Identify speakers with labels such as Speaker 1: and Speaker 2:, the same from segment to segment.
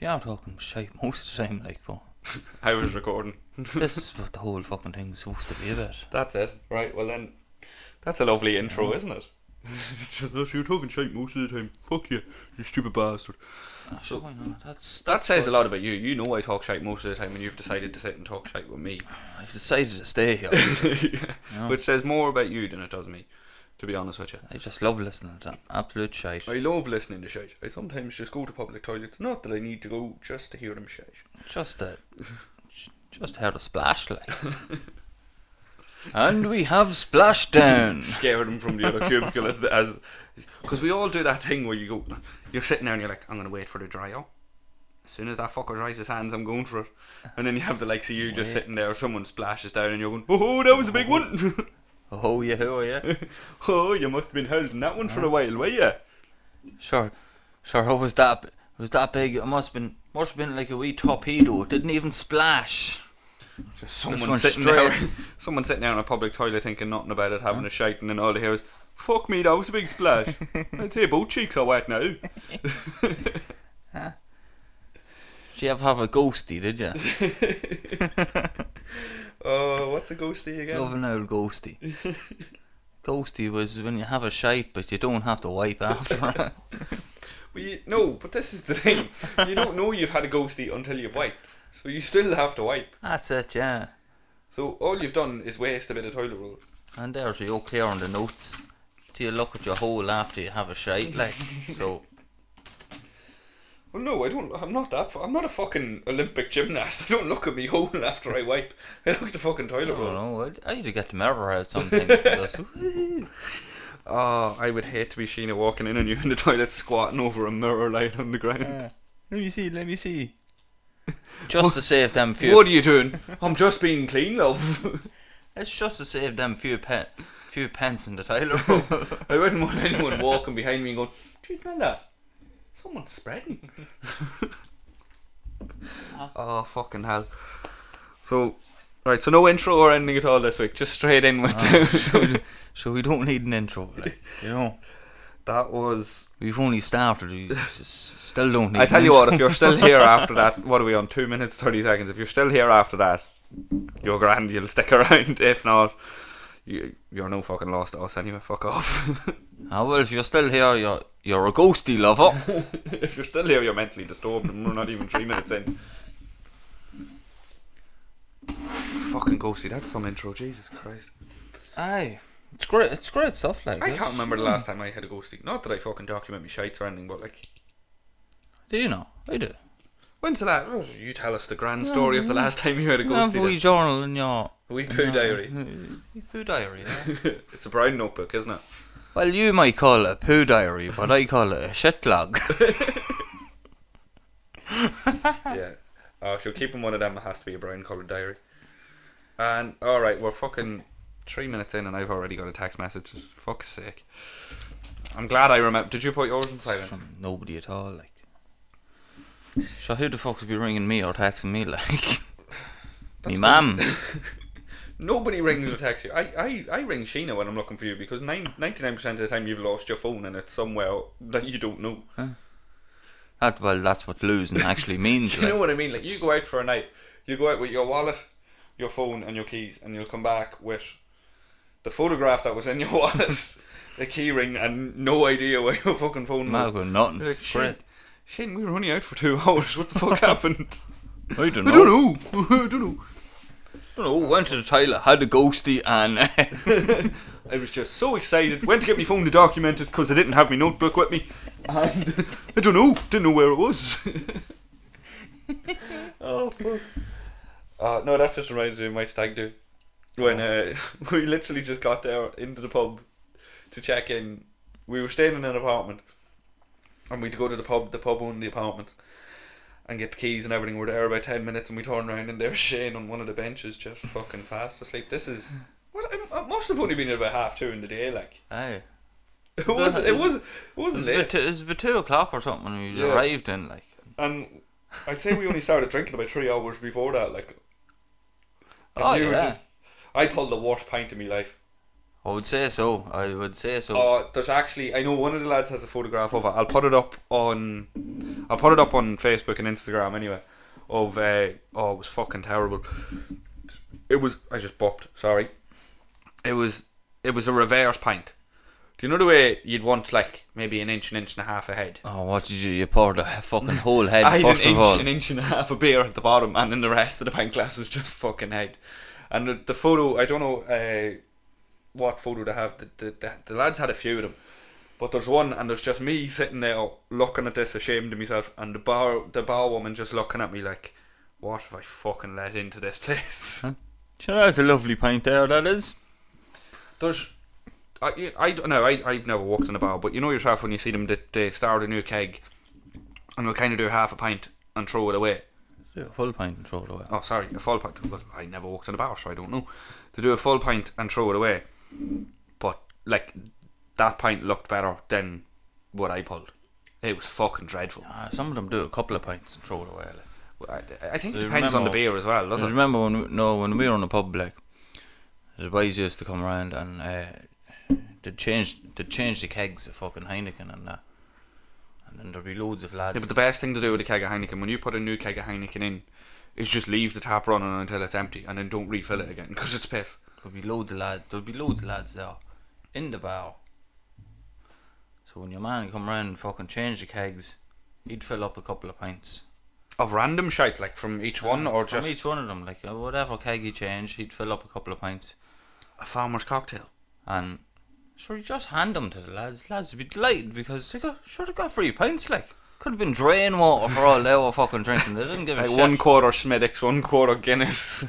Speaker 1: Yeah, I'm talking shite most of the time, like, but
Speaker 2: I was recording.
Speaker 1: this is what the whole fucking thing's supposed to be about.
Speaker 2: That's it. Right, well then. That's a lovely intro, isn't it?
Speaker 3: You're talking shite most of the time. Fuck you, you stupid bastard.
Speaker 1: Ah, sure, why not? That's,
Speaker 2: That says a lot about you. You know I talk shite most of the time, and you've decided to sit and talk shite with me.
Speaker 1: I've decided to stay here. Yeah.
Speaker 2: Which says more about you than it does me, to be honest with you.
Speaker 1: I just love listening to absolute shite.
Speaker 2: I love listening to shite. I sometimes just go to public toilets. Not that I need to go just to hear them shite.
Speaker 1: Just a, just how to splash, like. and we have splashdown.
Speaker 2: Scare them from the other cubicle as as because we all do that thing where you go, you're sitting there and you're like, I'm gonna wait for the dry out. As soon as that fucker dries his hands, I'm going for it. And then you have the likes of you just
Speaker 1: Wait.
Speaker 2: sitting there, someone splashes down, and you're going, oh, that was a big one.
Speaker 1: Oh yeah, oh yeah.
Speaker 2: oh, you must have been holding that one for a while, were you?
Speaker 1: Sure, sure. How was that? Was that big? It must have been, must have been like a wee torpedo. It didn't even splash.
Speaker 2: Just someone
Speaker 1: went
Speaker 2: sitting
Speaker 1: straight.
Speaker 2: there, someone sitting there in a public toilet thinking nothing about it, having a shite, and then all they hear is, "Fuck me, that was a big splash." I'd say both cheeks are wet now.
Speaker 1: Did you ever have a ghosty? Did you?
Speaker 2: Oh, what's a ghosty again?
Speaker 1: Love an old ghosty. ghosty was when you have a shite, but you don't have to wipe after.
Speaker 2: Well, you, no, but this is the thing. You don't know you've had a ghosty until you've wiped. So you still have to wipe.
Speaker 1: That's it, yeah.
Speaker 2: So all you've done is waste a bit of toilet roll.
Speaker 1: And there's you up here on the notes. Do you look at your hole after you have a shite, like so?
Speaker 2: Well, no, I don't. I'm not that. fu- I'm not a fucking Olympic gymnast. I don't look at me hole after I wipe. I look at the fucking
Speaker 1: I
Speaker 2: toilet
Speaker 1: don't
Speaker 2: roll.
Speaker 1: know. I'd, I'd get the mirror out sometimes. because, "Woo."
Speaker 2: Oh, I would hate to be Sheena walking in on you in the toilet squatting over a mirror lying on the ground.
Speaker 3: Let me see, let me see.
Speaker 1: just to save them few.
Speaker 2: What are you doing? I'm just being clean, love.
Speaker 1: It's just to save them few pen, few pence in the toilet roll.
Speaker 2: I wouldn't want anyone walking behind me and going, "Do you smell that? Someone's spreading." oh fucking hell! So, right, so no intro or anything at all this week. Just straight in with
Speaker 1: so we don't need an intro. Like, you know,
Speaker 2: that was.
Speaker 1: we've only started. We s- still don't need.
Speaker 2: I
Speaker 1: an
Speaker 2: tell you
Speaker 1: intro.
Speaker 2: what, if you're still here after that, what are we on? Two minutes thirty seconds. If you're still here after that, you're grand. You'll stick around. If not. you- You're no fucking loss to us anyway. Fuck off.
Speaker 1: Ah, well, if you're still here, you're you're a ghosty lover.
Speaker 2: if you're still here, you're mentally disturbed, and we're not even three minutes in. Fucking ghosty, that's some intro, Jesus Christ.
Speaker 1: Aye, it's great. It's great stuff. Like,
Speaker 2: I
Speaker 1: yeah.
Speaker 2: can't remember the last time I had a ghosty. Not that I fucking document my shites or anything, but like,
Speaker 1: do you know? I do.
Speaker 2: when's the last? Oh, you tell us the grand story of the last time you had a
Speaker 1: Have
Speaker 2: ghosty.
Speaker 1: a wee
Speaker 2: then.
Speaker 1: journal in your
Speaker 2: A wee poo diary.
Speaker 1: Your poo diary. yeah.
Speaker 2: it's a brown notebook, isn't it?
Speaker 1: well, you might call it a poo diary, but I call it a shit log.
Speaker 2: yeah. Oh, if you're keeping one of them, it has to be a brown coloured diary. And all right, we're fucking three minutes in, and I've already got a text message. Fuck's sake. I'm glad I remember. Did you put yours in silent?
Speaker 1: From nobody at all. Like, so who the fuck would be ringing me or texting me? Like, me
Speaker 2: That's
Speaker 1: mum.
Speaker 2: Nobody rings or texts you. I, I, I ring Sheena when I'm looking for you because nine, 99% of the time you've lost your phone and it's somewhere that you don't know.
Speaker 1: That well, that's what losing actually means.
Speaker 2: You know
Speaker 1: like.
Speaker 2: what I mean? Like you go out for a night, you go out with your wallet, your phone, and your keys, and you'll come back with the photograph that was in your wallet, the key ring, and no idea where your fucking phone
Speaker 1: Might as
Speaker 2: was.
Speaker 1: well nothing.
Speaker 2: You're like, Shane,
Speaker 1: Great.
Speaker 2: Shane, we were only out for two hours. What the fuck happened?
Speaker 1: I don't
Speaker 2: I
Speaker 1: know.
Speaker 2: don't know. I don't know.
Speaker 1: don't know, went to the toilet, had a ghosty, and
Speaker 2: I was just so excited. Went to get my phone to document it because I didn't have my notebook with me. And I don't know. Didn't know where it was. oh, fuck. Uh, no, that just reminds me of my stag do. When uh, we literally just got there into the pub to check in. We were staying in an apartment. And we'd go to the pub. The pub owned the apartment. And get the keys and everything. We're there about 10 minutes and we turn around and there's Shane on one of the benches just fucking fast asleep. This is... What, I must have only been about half two in the day, like.
Speaker 1: Aye.
Speaker 2: It was it was it
Speaker 1: It
Speaker 2: wasn't
Speaker 1: was, about
Speaker 2: late.
Speaker 1: two, it was about two o'clock or something when we
Speaker 2: Yeah.
Speaker 1: arrived in, like.
Speaker 2: And I'd say we only started drinking about three hours before that, like. and
Speaker 1: Oh,
Speaker 2: you were
Speaker 1: yeah.
Speaker 2: just- I pulled the worst pint of my life.
Speaker 1: I would say so. I would say so.
Speaker 2: Uh, there's actually, I know one of the lads has a photograph of it. I'll put it up on, I'll put it up on Facebook and Instagram anyway. Of uh, oh, it was fucking terrible. It was. I just bopped. Sorry. It was. It was a reverse pint. Do you know the way you'd want like maybe an inch, an inch and a half ahead?
Speaker 1: Oh, what did you? You poured a fucking whole head
Speaker 2: I had
Speaker 1: first
Speaker 2: an inch,
Speaker 1: of all.
Speaker 2: an inch and a half of beer at the bottom, and then the rest of the pint glass was just fucking head. And the, the photo, I don't know uh, what photo to have. The, the, the, the lads had a few of them, but there's one, and there's just me sitting there looking at this, ashamed of myself, and the bar the bar woman just looking at me like, "What have I fucking let into this place?"
Speaker 1: Sure, that's a lovely pint there. That is.
Speaker 2: there's I, I don't know I, I've never walked in a bar but you know yourself when you see them that they start a new keg and they'll kind of do half a pint and throw it away
Speaker 1: Yeah, full pint and throw it away.
Speaker 2: oh sorry a full pint well, I never walked in a bar so I don't know to do a full pint and throw it away but like that pint looked better than what I pulled it was fucking dreadful
Speaker 1: Ah, some of them do a couple of pints and throw it away. Like.
Speaker 2: I, I think it
Speaker 1: Do you
Speaker 2: depends on the
Speaker 1: remember-
Speaker 2: beer as well
Speaker 1: I
Speaker 2: doesn't it
Speaker 1: remember when we, no when we were on the pub like the boys used to come round and uh, they'd change they'd change the kegs of fucking Heineken and that. And then there'd be loads of lads.
Speaker 2: yeah but the best thing to do with a keg of Heineken when you put a new keg of Heineken in is just leave the tap running until it's empty and then don't refill it again because it's piss
Speaker 1: there'd be loads of lads there'd be loads of lads there in the bar. So when your man come round and fucking change the kegs, he'd fill up a couple of pints.
Speaker 2: Of random shite, like from each one, or
Speaker 1: From
Speaker 2: just
Speaker 1: each one of them, like uh, whatever keg he changed, he'd fill up a couple of pints.
Speaker 2: a farmer's cocktail.
Speaker 1: And sure, you just hand them to the lads. Lads would be delighted because they got sure they got free pints. Like could have been drain water for all they were fucking drinking. They didn't give a
Speaker 2: Like
Speaker 1: shit.
Speaker 2: one quarter Schmidt's, one quarter Guinness.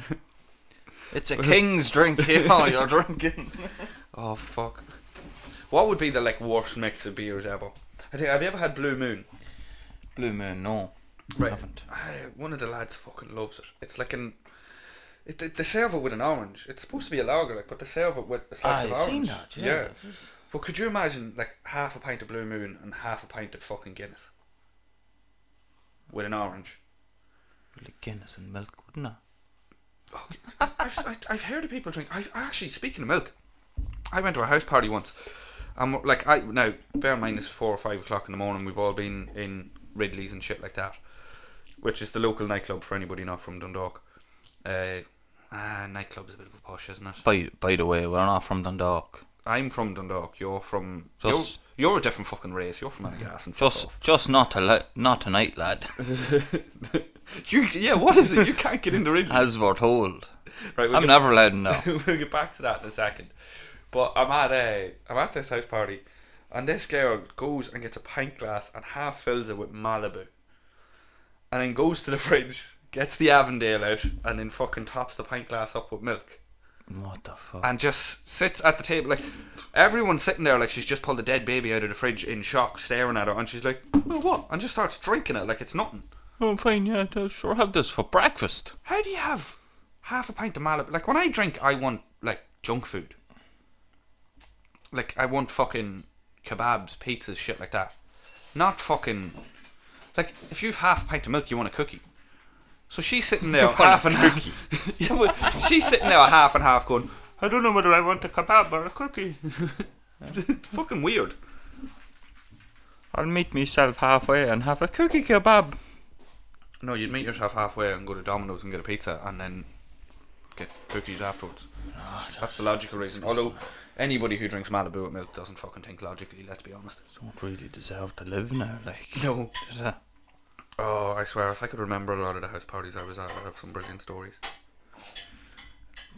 Speaker 1: it's a king's drink. You know, you're drinking.
Speaker 2: oh fuck! What would be the like worst mix of beers ever? I think. Have you ever had Blue Moon?
Speaker 1: Blue Moon, no,
Speaker 2: Right.
Speaker 1: haven't.
Speaker 2: I, one of the lads fucking loves it. It's like an. It, they, they serve it with an orange. It's supposed to be a lager, like, but they serve it with a slice of
Speaker 1: I've
Speaker 2: orange.
Speaker 1: Ah, seen that. Yeah.
Speaker 2: But could you imagine like half a pint of Blue Moon and half a pint of fucking Guinness? With an orange.
Speaker 1: Really Guinness and milk, wouldn't it?
Speaker 2: Oh, I've, I've- I've heard of people drink. I've actually speaking of milk, I went to a house party once. Um, like I now bear in mind it's four or five o'clock in the morning. We've all been in Ridley's and shit like that, which is the local nightclub for anybody not from Dundalk. Uh, ah, nightclub's a bit of a posh, isn't it?
Speaker 1: By by the way, we're not from Dundalk.
Speaker 2: I'm from Dundalk. You're from.
Speaker 1: Just-
Speaker 2: you're, you're a different fucking race. You're from Angas and fuck
Speaker 1: Just
Speaker 2: off.
Speaker 1: just not to li- not tonight, lad.
Speaker 2: you yeah. What is it? You can't get into Ridley.
Speaker 1: As we're told,
Speaker 2: Right, we'll
Speaker 1: I'm
Speaker 2: get-
Speaker 1: never allowed now.
Speaker 2: we'll get back to that in a second. But I'm at a I'm at this house party, and this girl goes and gets a pint glass and half fills it with Malibu, and then goes to the fridge, gets the Avondale out, and then fucking tops the pint glass up with milk,
Speaker 1: What the fuck?
Speaker 2: and just sits at the table like everyone's sitting there like she's just pulled a dead baby out of the fridge in shock, staring at her, and she's like, "Oh, "What?" and just starts drinking it like it's nothing.
Speaker 1: Oh, fine, yeah, I'll sure have this for breakfast.
Speaker 2: How do you have half a pint of Malibu? Like when I drink, I want like junk food. Like I want fucking kebabs, pizzas, shit like that. Not fucking like if you've half a pint of milk, you want a cookie. So she's sitting there with half and half. yeah, but she's sitting there with half and half going. I don't know whether I want a kebab or a cookie. it's fucking weird.
Speaker 1: I'll meet myself halfway and have a cookie kebab.
Speaker 2: No, you'd meet yourself halfway and go to Domino's and get a pizza and then get cookies afterwards. That's the logical reason. Although anybody who drinks Malibu with milk doesn't fucking think logically. Let's be honest.
Speaker 1: Don't really deserve to live now, like.
Speaker 2: No.
Speaker 1: Is that-
Speaker 2: Oh, I swear, if I could remember a lot of the house parties I was at, I'd have some brilliant stories.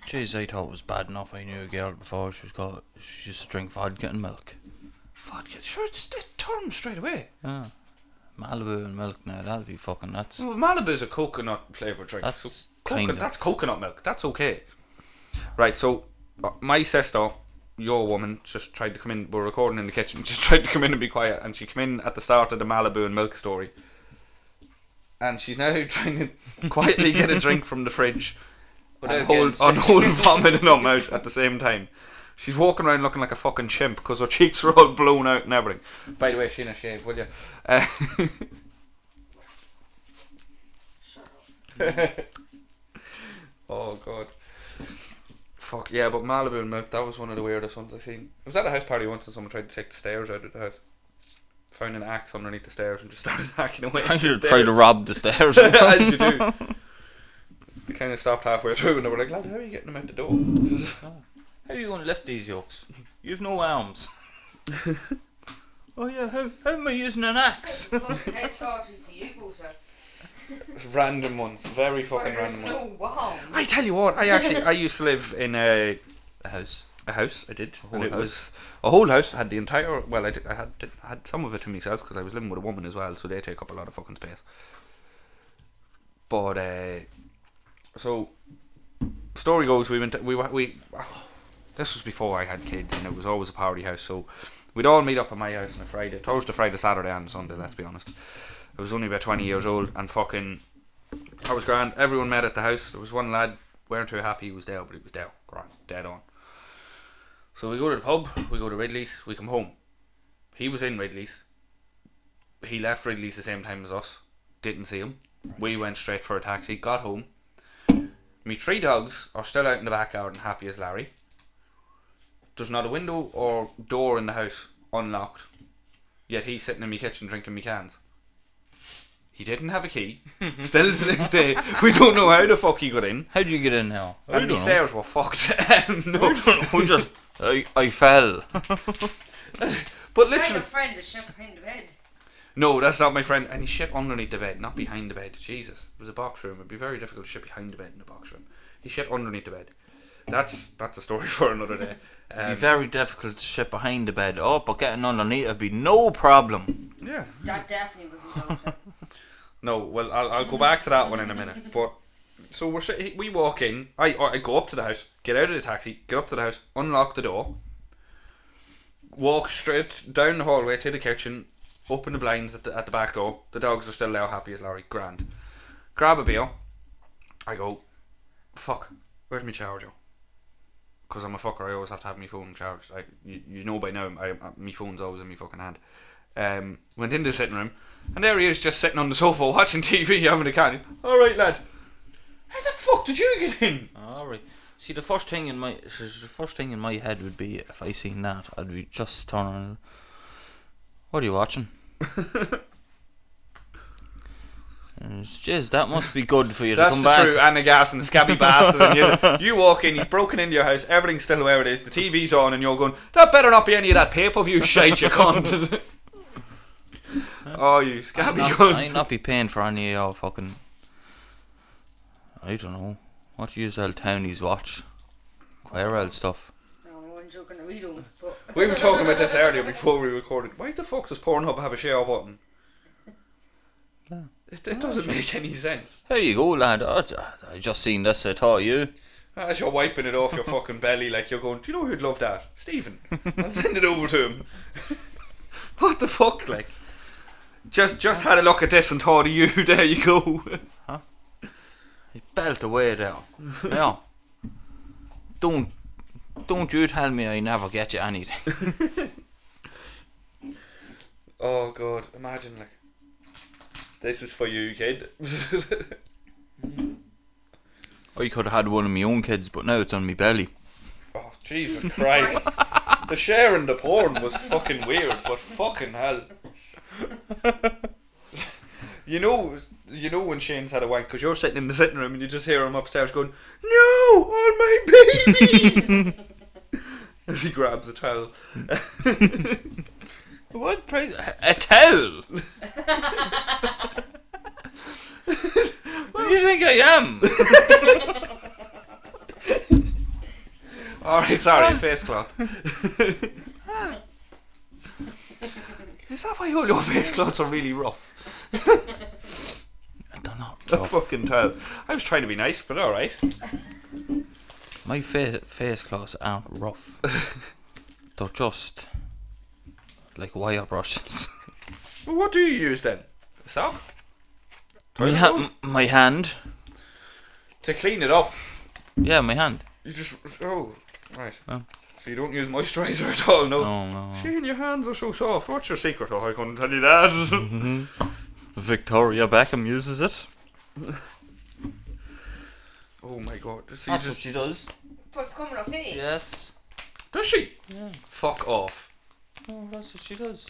Speaker 1: Jeez, I thought it was bad enough. I knew a girl before she was called. She used to drink vodka and milk.
Speaker 2: Vodka, sure, it's it turns straight away.
Speaker 1: Yeah. Malibu and milk now, that'll be fucking nuts.
Speaker 2: Well, Malibu's a coconut flavored drink.
Speaker 1: That's
Speaker 2: so
Speaker 1: kind
Speaker 2: coconut,
Speaker 1: of-
Speaker 2: that's coconut milk. That's okay. Right, so uh, my sister, your woman, just tried to come in. We're recording in the kitchen. Just tried to come in and be quiet, and she came in at the start of the Malibu and milk story. And she's now trying to quietly get a drink from the fridge,
Speaker 1: Without
Speaker 2: and hold,
Speaker 1: getting
Speaker 2: and hold vomit in her mouth at the same time. She's walking around looking like a fucking chimp because her cheeks are all blown out and everything. By the way, she in a shave, will you? Uh, oh god. Fuck yeah, but Malibu and milk. That was one of the weirdest ones I seen. I was at a house party once, and someone tried to take the stairs out of the house. Found an axe underneath the stairs and just started hacking away. at
Speaker 1: I
Speaker 2: the
Speaker 1: should try to
Speaker 2: stairs.
Speaker 1: rob the stairs.
Speaker 2: As you do. They kind of stopped halfway through, and they were like, "Lad, how are you getting them out the door?"
Speaker 1: How are you going to lift these yokes? You've no arms. oh yeah, how, how am I using an axe?
Speaker 4: As far as the Eagles are,
Speaker 2: random ones, very fucking
Speaker 4: where there's
Speaker 2: random ones.
Speaker 4: no wall.
Speaker 2: I tell you what, I actually I used to live in a
Speaker 1: A house.
Speaker 2: a house. I did.
Speaker 1: whole
Speaker 2: And it
Speaker 1: house.
Speaker 2: was a whole house. I had the entire. Well, I, did, I had I had some of it to myself because I was living with a woman as well, so they take up a lot of fucking space. But uh, so story goes, we went. To, we wa- we. this was before I had kids, and it was always a party house. So we'd all meet up at my house on a Friday, Thursday, Friday, Saturday, and Sunday. Let's be honest. I was only about twenty years old, and fucking, I was grand. Everyone met at the house. There was one lad weren't too happy. He was there, but he was there, grand, dead on. So we go to the pub, we go to Ridley's, we come home. He was in Ridley's. He left Ridley's the same time as us. Didn't see him. We went straight for a taxi, got home. Me three dogs are still out in the back garden, happy as Larry. There's not a window or door in the house unlocked. Yet he's sitting in my kitchen drinking me cans. He didn't have a key. Still to this day, we don't know how the fuck he got in.
Speaker 1: How do you get in now?
Speaker 2: And the stairs were fucked. no.
Speaker 1: Who just? I, I fell.
Speaker 2: But
Speaker 4: I had
Speaker 2: literally,
Speaker 4: a friend that shut behind the bed.
Speaker 2: No, that's not my friend. And he shit underneath the bed, not behind the bed. Jesus, it was a box room. It'd be very difficult to shit behind the bed in a box room. He shit underneath the bed. That's that's a story for another day.
Speaker 1: It'd
Speaker 2: Um,
Speaker 1: be very difficult to shit behind the bed. Oh, but getting underneath it'd be no problem.
Speaker 2: yeah.
Speaker 4: That definitely wasn't Belgium.
Speaker 2: No, well, I'll, I'll go back to that one in a minute. But so we're shi- we walk in. I I go up to the house, get out of the taxi, get up to the house, unlock the door, walk straight down the hallway to the kitchen, open the blinds at the, at the back door. The dogs are still there, happy as Larry. Grand. Grab a beer. I go, fuck. Where's my charger? Because I'm a fucker, I always have to have my phone charged. I, you, you know by now, I, I- my phone's always in my fucking hand. Um, went into the sitting room, and there he is, just sitting on the sofa watching TV, having a can. All right, lad. How the fuck did you get in?
Speaker 1: All right. See, the first thing in my s- s- the first thing in my head would be if I seen that, I'd be just turning. What are you watching? And it's, Jeez, that must be good for you to
Speaker 2: That's
Speaker 1: come
Speaker 2: the
Speaker 1: back.
Speaker 2: true Anna Gas and the scabby bastard. And you, you walk in, he's broken into your house, everything's still where it is, the TV's on, and you're going, that better not be any of that pay per view shit, you cunt. oh, you
Speaker 1: I'd
Speaker 2: scabby
Speaker 1: not,
Speaker 2: cunt.
Speaker 1: I'd not be paying for any of your fucking. I don't know. What do you sell townies watch? Quirrell stuff.
Speaker 4: No, I wasn't joking, we don't. But
Speaker 2: We were talking about this earlier before we recorded. Why the fuck does Pornhub have a share button?
Speaker 1: Yeah.
Speaker 2: It, it doesn't make any sense.
Speaker 1: There you go, lad. Oh, j- I just seen this. I thought you.
Speaker 2: As you're wiping it off your fucking belly, like you're going, do you know who'd love that? Stephen. I'll send it over to him. what the fuck, like? Just just had a look at this and thought of you. There you go.
Speaker 1: He belt away there. yeah. Don't, don't you tell me I never get you anything.
Speaker 2: Oh god, imagine like. This is for you, kid.
Speaker 1: I could have had one of my own kids, but now it's on me belly.
Speaker 2: oh Jesus Christ!
Speaker 4: Christ.
Speaker 2: The sharing the porn was fucking weird, but fucking hell. you know, you know when Shane's had a wank because you're sitting in the sitting room and you just hear him upstairs going, "No, on my baby!" as he grabs a towel.
Speaker 1: What price? A towel? what do you think I am?
Speaker 2: All right, sorry, face cloth. Is that why all your face cloths are really rough?
Speaker 1: I don't know.
Speaker 2: The fucking towel. I was trying to be nice, but all right.
Speaker 1: My face face cloths aren't rough. They're just like wire brushes.
Speaker 2: Well, what do you use then? A sock
Speaker 1: my,
Speaker 2: Toilet
Speaker 1: ha-
Speaker 2: roll?
Speaker 1: m- my hand.
Speaker 2: to clean it up.
Speaker 1: Yeah, my hand.
Speaker 2: You just oh right.
Speaker 1: Oh.
Speaker 2: So you don't use moisturizer at all, Oh, no?
Speaker 1: No, no. no.
Speaker 2: Shane, your hands are so soft. What's your secret? Oh, I couldn't tell you that.
Speaker 1: Victoria Beckham uses it.
Speaker 2: oh my god. So you
Speaker 1: That's
Speaker 2: just
Speaker 1: what she does.
Speaker 4: What's coming off here?
Speaker 1: Yes.
Speaker 2: Does she?
Speaker 1: Yeah.
Speaker 2: Fuck off.
Speaker 1: Oh, that's what she does.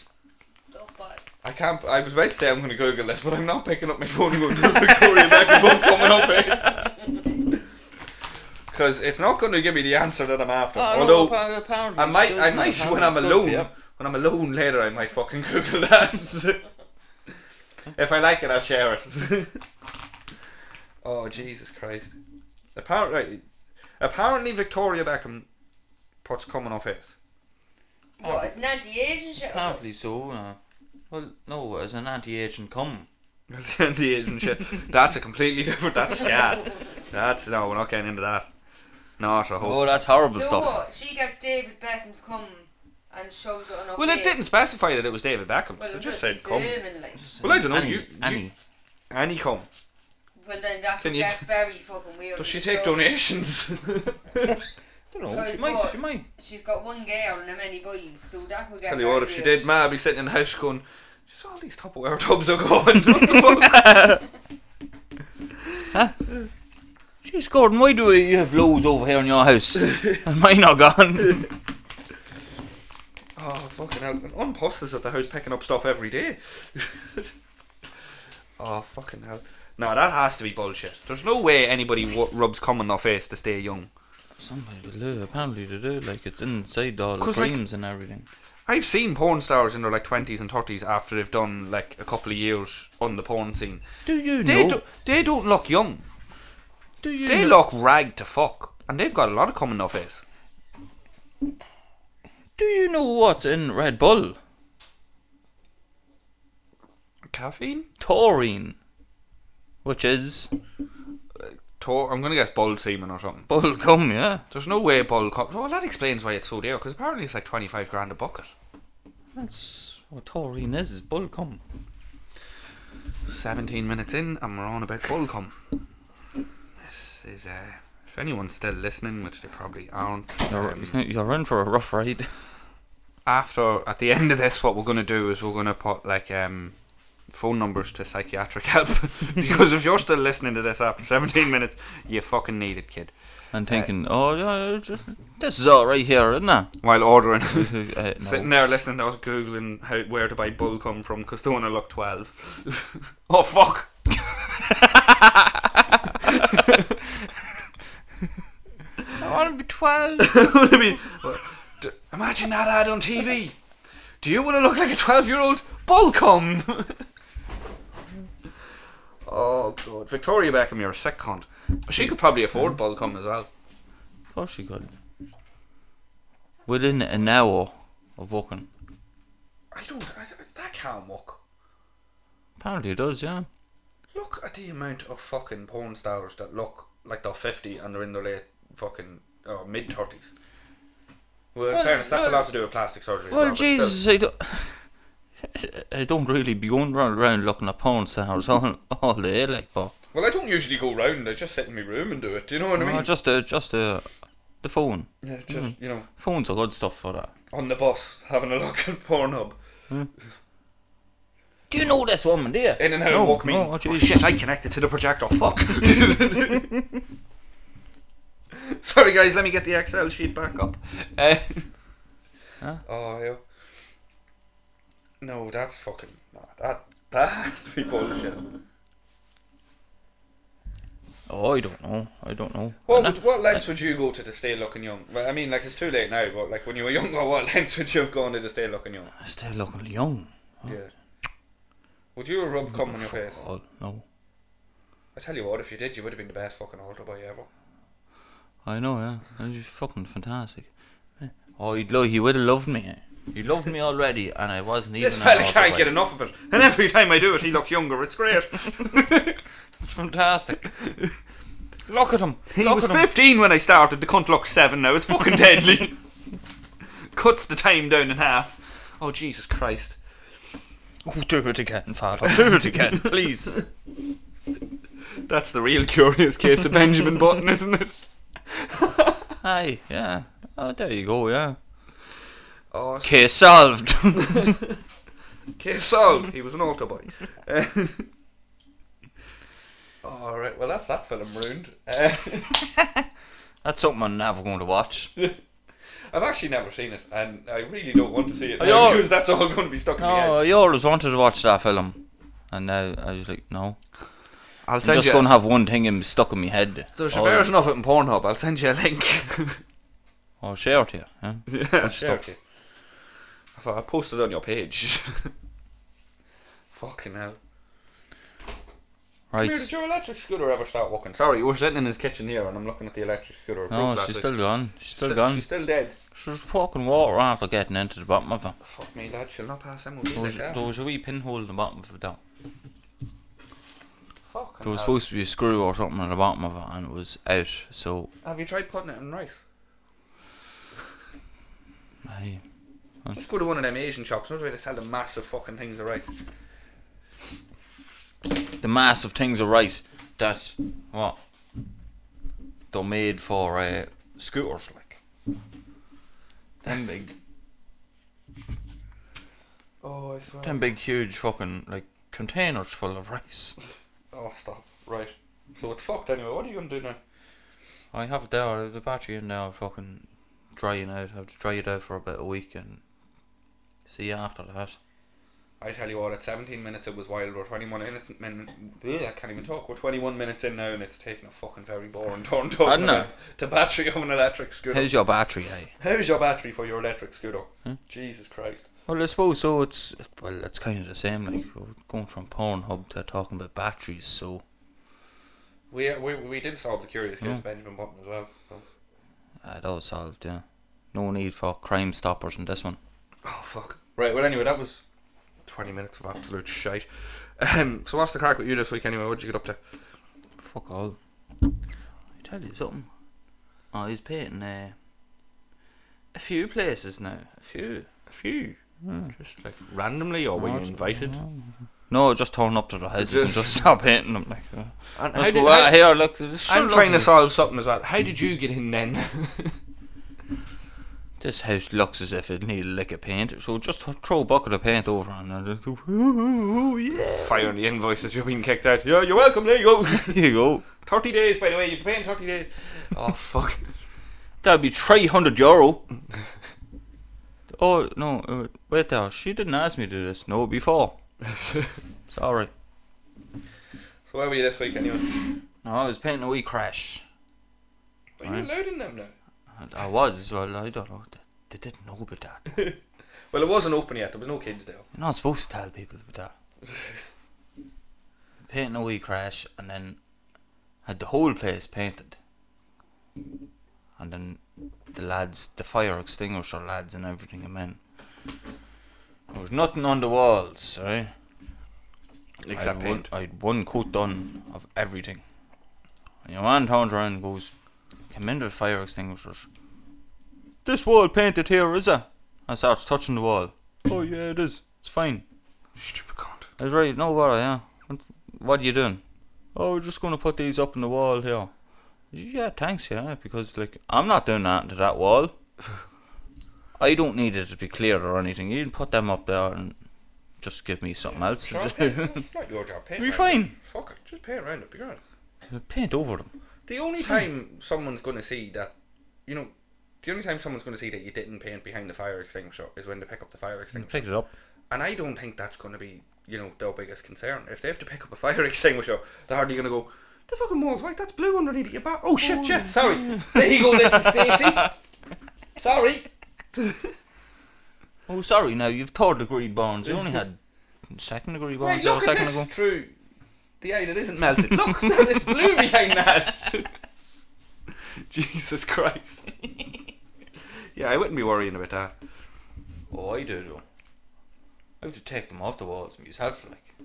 Speaker 4: Don't bother.
Speaker 2: I can't. I was about to say I'm going to Google this, but I'm not picking up my phone and going to Victoria's Acrobat coming up here. Because it's not going to give me the answer that I'm after. Although
Speaker 1: Oh, apparently
Speaker 2: Oh, I might, I might when I'm alone. When I'm alone later, I might fucking Google that. if I like it, I'll share it. oh Jesus Christ! Apparently, apparently Victoria Beckham puts coming off his. Oh.
Speaker 4: What, it's 98 and shit? or
Speaker 1: Apparently so. No. Well, no, as an anti-agent come.
Speaker 2: the Asian shit. That's a completely different. That's yeah. That's no. We're not getting into that. Not a whole.
Speaker 1: Oh, that's horrible
Speaker 4: something? So
Speaker 1: stuff.
Speaker 4: what? She gets David Beckham's cum and shows it on her
Speaker 2: Well, it
Speaker 4: face.
Speaker 2: didn't specify that it was David Beckham.
Speaker 4: Well,
Speaker 2: it
Speaker 4: it
Speaker 2: just
Speaker 4: was
Speaker 2: said come.
Speaker 4: assuming, like-
Speaker 2: Well, I don't know.
Speaker 1: Annie,
Speaker 2: You, you
Speaker 1: Annie.
Speaker 2: Annie come.
Speaker 4: Well, then that
Speaker 2: Can
Speaker 4: could
Speaker 2: you-
Speaker 4: get very fucking weird.
Speaker 2: Does
Speaker 4: if
Speaker 2: she
Speaker 4: you
Speaker 2: take
Speaker 4: show-
Speaker 2: donations?
Speaker 1: I
Speaker 2: Oh,
Speaker 1: don't know. She
Speaker 4: Guys,
Speaker 1: might.
Speaker 4: what?
Speaker 1: She might.
Speaker 4: She's got one girl and many boys, so that could get
Speaker 2: Tell you
Speaker 4: very
Speaker 2: what, if she
Speaker 4: weird.
Speaker 2: did, ma, I'd be sitting in the house going, just all these Tupperware tubs are going. What the fuck?
Speaker 1: Jeez, Gordon, why do you have loads over here in your house? and mine are gone.
Speaker 2: Oh, fucking hell. And imposters at the house picking up stuff every day. oh, fucking hell. No, that has to be bullshit. There's no way anybody w- rubs cum on their face to stay young.
Speaker 1: Somebody will do. Apparently they do. Like it's inside all the
Speaker 2: 'Cause, like-
Speaker 1: creams and everything.
Speaker 2: I've seen porn stars in their like 20s and 30s after they've done like a couple of years on the porn scene.
Speaker 1: Do you
Speaker 2: They,
Speaker 1: know?
Speaker 2: do- they don't look young.
Speaker 1: do you
Speaker 2: They
Speaker 1: know?
Speaker 2: look rag to fuck. And they've got a lot of cum on their face.
Speaker 1: Do you know what's in Red Bull?
Speaker 2: Caffeine?
Speaker 1: Taurine, which is
Speaker 2: Tor- I'm going to guess bald semen or something.
Speaker 1: Bull cum, yeah.
Speaker 2: There's no way Bull Cup. Well, that explains why it's so dear, because apparently it's like 25 grand a bucket.
Speaker 1: That's what taurine is, is bull cum.
Speaker 2: 17 minutes in, and we're on about Bull Cup. This is, uh, if anyone's still listening, which they probably aren't,
Speaker 1: You're,
Speaker 2: um,
Speaker 1: you're in for a rough ride.
Speaker 2: after, at the end of this, what we're going to do is we're going to put, like, um, phone numbers to psychiatric help. because if you're still listening to this after 17 minutes, you fucking need it, kid.
Speaker 1: And thinking, oh, yeah, yeah, just, this is all right here, isn't it?
Speaker 2: While ordering.
Speaker 1: Uh, no.
Speaker 2: Sitting there listening, I was googling how where to buy bull cum from because they want to look twelve. oh fuck!
Speaker 1: I want to be 12.
Speaker 2: I mean, d- imagine that ad on TV. Do you want to look like a twelve-year-old bull cum? oh god, Victoria Beckham, you're a sick cunt. She could probably afford bull cum as well.
Speaker 1: of course you could. Within an hour of walking.
Speaker 2: I don't. I, don't- that can't work.
Speaker 1: Apparently it does, yeah.
Speaker 2: Look at the amount of fucking porn stars that look like they're 50 and they're in their late fucking or mid 30s. Well, in
Speaker 1: Well,
Speaker 2: fairness, that's
Speaker 1: well-
Speaker 2: a lot to do with plastic surgery. as
Speaker 1: Well,
Speaker 2: but
Speaker 1: Jesus, I don't, I don't really be going round, round looking at porn stars all, all day, like, but
Speaker 2: still. Well, I don't usually go round, I just sit in my room and do it. Do you know what I Mm.
Speaker 1: no,
Speaker 2: mean?
Speaker 1: just, uh, just uh, the phone.
Speaker 2: yeah, just, you know,
Speaker 1: Phones are good stuff for that.
Speaker 2: on the bus, having a look at Pornhub.
Speaker 1: Do you know this woman, do you?
Speaker 2: In and out,
Speaker 1: no,
Speaker 2: walk me.
Speaker 1: no, oh,
Speaker 2: oh,
Speaker 1: Jesus.
Speaker 2: shit, I connected to the projector. Fuck. Sorry, guys, let me get the Excel sheet back up. Uh,
Speaker 1: Huh?
Speaker 2: Oh, yeah. No, that's fucking. Nah, that, that has to be bullshit.
Speaker 1: Oh, I don't know. I don't know.
Speaker 2: What,
Speaker 1: And
Speaker 2: would, what lengths would you go to to stay looking young? Well, I mean, like, it's too late now, but, like, when you were younger, what lengths would you have gone to to stay looking young?
Speaker 1: I- I still looking young.
Speaker 2: Yeah. Would you have rubbed cum on your face?
Speaker 1: Oh, no.
Speaker 2: I tell you what, if you did, you would have been the best fucking altar boy ever.
Speaker 1: I know, yeah. That's just fucking fantastic. Yeah. Oh, he'd lo- he would have loved me. eh? He loved me already, and I wasn't even.
Speaker 2: This
Speaker 1: an
Speaker 2: fella
Speaker 1: altar
Speaker 2: can't
Speaker 1: boy.
Speaker 2: get enough of it, and every time I do it, he looks younger. It's great.
Speaker 1: It's fantastic. Look at him.
Speaker 2: He
Speaker 1: Look
Speaker 2: was
Speaker 1: at him.
Speaker 2: 15 when I started. The cunt looks seven now. It's fucking deadly. Cuts the time down in half. Oh Jesus Christ!
Speaker 1: Oh, do it again, father. Do it again, please.
Speaker 2: That's the real curious case of Benjamin Button, isn't it?
Speaker 1: Aye, yeah. Oh, there you go, yeah.
Speaker 2: Oh,
Speaker 1: Case solved.
Speaker 2: case solved. He was an altar boy. All right. Well, that's that film ruined. Uh,
Speaker 1: That's something I'm never going to watch.
Speaker 2: I've actually never seen it, and I really don't want to see it
Speaker 1: Are
Speaker 2: now,
Speaker 1: you-
Speaker 2: because that's all going to be stuck in my
Speaker 1: No,
Speaker 2: head.
Speaker 1: I always wanted to watch that film, and now I was like, no.
Speaker 2: I'll
Speaker 1: I'm just going to have one thing in, stuck in my head.
Speaker 2: There's
Speaker 1: Oh,
Speaker 2: various enough in Pornhub. I'll send you a link.
Speaker 1: I'll share it to you. Huh?
Speaker 2: yeah,
Speaker 1: Watch stuff.
Speaker 2: okay. I thought I posted on your page. Fucking hell. Where did
Speaker 1: Right.
Speaker 2: your electric scooter ever start walking? Sorry, we're sitting in his kitchen here, and I'm looking at the electric scooter.
Speaker 1: No,
Speaker 2: Broke
Speaker 1: she's
Speaker 2: last
Speaker 1: still
Speaker 2: week.
Speaker 1: gone. She's still
Speaker 2: Still-
Speaker 1: gone.
Speaker 2: She's still dead.
Speaker 1: She's fucking water after getting into the bottom of her.
Speaker 2: Fuck me, lad. She'll not pass MOV
Speaker 1: There
Speaker 2: like
Speaker 1: was,
Speaker 2: that.
Speaker 1: there was a wee pinhole in the bottom of it down.
Speaker 2: Fucking
Speaker 1: There was
Speaker 2: hell.
Speaker 1: supposed to be a screw or something at the bottom of it and it was out. So,
Speaker 2: Have you tried putting it in rice?
Speaker 1: I,
Speaker 2: Just go to one of them Asian shops. Not where they sell the massive fucking things of rice.
Speaker 1: the mass of things of rice that, what? They're made for uh, scooters, like. Them big,
Speaker 2: Oh, I swear.
Speaker 1: them big, huge fucking, like, containers full of rice.
Speaker 2: Oh, stop. Right. So it's fucked anyway. What are you gonna do now?
Speaker 1: I have it there, I have the battery in now, fucking drying out. I have to dry it out for about a week and see after that.
Speaker 2: I tell you what, at 17 minutes it was wild. We're 21 minutes. Min, ugh, I can't even talk. We're 21 minutes in now, and it's taking a fucking very boring turn. talking
Speaker 1: I know.
Speaker 2: about The battery of an electric scooter.
Speaker 1: How's your battery, eh?
Speaker 2: How's your battery for your electric scooter?
Speaker 1: Hmm?
Speaker 2: Jesus Christ.
Speaker 1: Well, I suppose so. It's well, it's kind of the same. Like we're going from Pornhub to talking about batteries. So
Speaker 2: We we, we did solve the curious case
Speaker 1: Yeah.
Speaker 2: of Benjamin Button as well. So.
Speaker 1: uh, that was solved. Yeah, no need for Crime Stoppers in this one.
Speaker 2: Oh fuck. Right. Well, anyway, that was 20 minutes of absolute shite. Um, so what's the crack with you this week anyway? What'd you get up to?
Speaker 1: Fuck all. I tell you something. I was painting uh, a few places now. A few.
Speaker 2: A few.
Speaker 1: Hmm.
Speaker 2: Just like randomly, or were you invited?
Speaker 1: No, just turn up to the houses and
Speaker 2: Just-
Speaker 1: just start painting them. Like, uh,
Speaker 2: And
Speaker 1: let's
Speaker 2: how did-
Speaker 1: go out
Speaker 2: how-
Speaker 1: here. Look, this
Speaker 2: I'm
Speaker 1: sure
Speaker 2: trying to
Speaker 1: looks-
Speaker 2: solve something as well. How did you get in then?
Speaker 1: This house looks as if it needed a lick of paint, so just throw a bucket of paint over and then just go, ooh, yeah.
Speaker 2: Fire on the invoices, you're being kicked out. Yeah, you're welcome, there you go.
Speaker 1: Here you go.
Speaker 2: 30 days, by the way, you're paying 30 days. Oh, fuck.
Speaker 1: That'd be 300 euro. oh, no, uh, wait there. She didn't ask me to do this. No, before. Sorry.
Speaker 2: So, where were you this week anyway?
Speaker 1: No, I was painting a wee crash.
Speaker 2: Are you
Speaker 1: Right.
Speaker 2: allowed in them now?
Speaker 1: And I was, well, I don't know. They, they didn't know about that.
Speaker 2: Well, it wasn't open yet, there was no kids there.
Speaker 1: You're not supposed to tell people about that. painting a wee crash and then had the whole place painted. And then the lads, the fire extinguisher lads and everything came in. There was nothing on the walls, right?
Speaker 2: Except
Speaker 1: I'd
Speaker 2: paint.
Speaker 1: One, I'd one coat done of everything. And your man turns around and goes, Come in with fire extinguishers. This wall painted here, is it? And starts touching the wall. Oh, yeah, it is. It's fine.
Speaker 2: Stupid cunt.
Speaker 1: I was right, no worry, yeah. What, what are you doing? Oh, we're just going to put these up on the wall here. Yeah, thanks, yeah, because, like, I'm not doing that to that wall. I don't need it to be cleared or anything. You can put them up there and just give me something else
Speaker 2: Sure,
Speaker 1: to
Speaker 2: paint.
Speaker 1: do.
Speaker 2: It's not your job, paint.
Speaker 1: Be
Speaker 2: around it.
Speaker 1: fine.
Speaker 2: Fuck it, just paint around it, be right.
Speaker 1: Paint over them.
Speaker 2: The only time someone's going to see that, you know, the only time someone's going to see that you didn't paint behind the fire extinguisher is when they pick up the fire extinguisher.
Speaker 1: Pick it up.
Speaker 2: And I don't think that's going to be, you know, their biggest concern. If they have to pick up a fire extinguisher, they're hardly going to go, the fucking wall's white, that's blue underneath your bat. Oh shit, yeah, sorry. There you go, little Stacey. Sorry.
Speaker 1: Oh, sorry, now you've third degree burns. You only had second degree burns
Speaker 2: Wait,
Speaker 1: there a
Speaker 2: look at
Speaker 1: second
Speaker 2: this.
Speaker 1: ago.
Speaker 2: True. The island isn't melted. Look, it's blue behind that. Jesus Christ. yeah, I wouldn't be worrying about that.
Speaker 1: Oh, I do, though. I have to take them off the walls myself, like.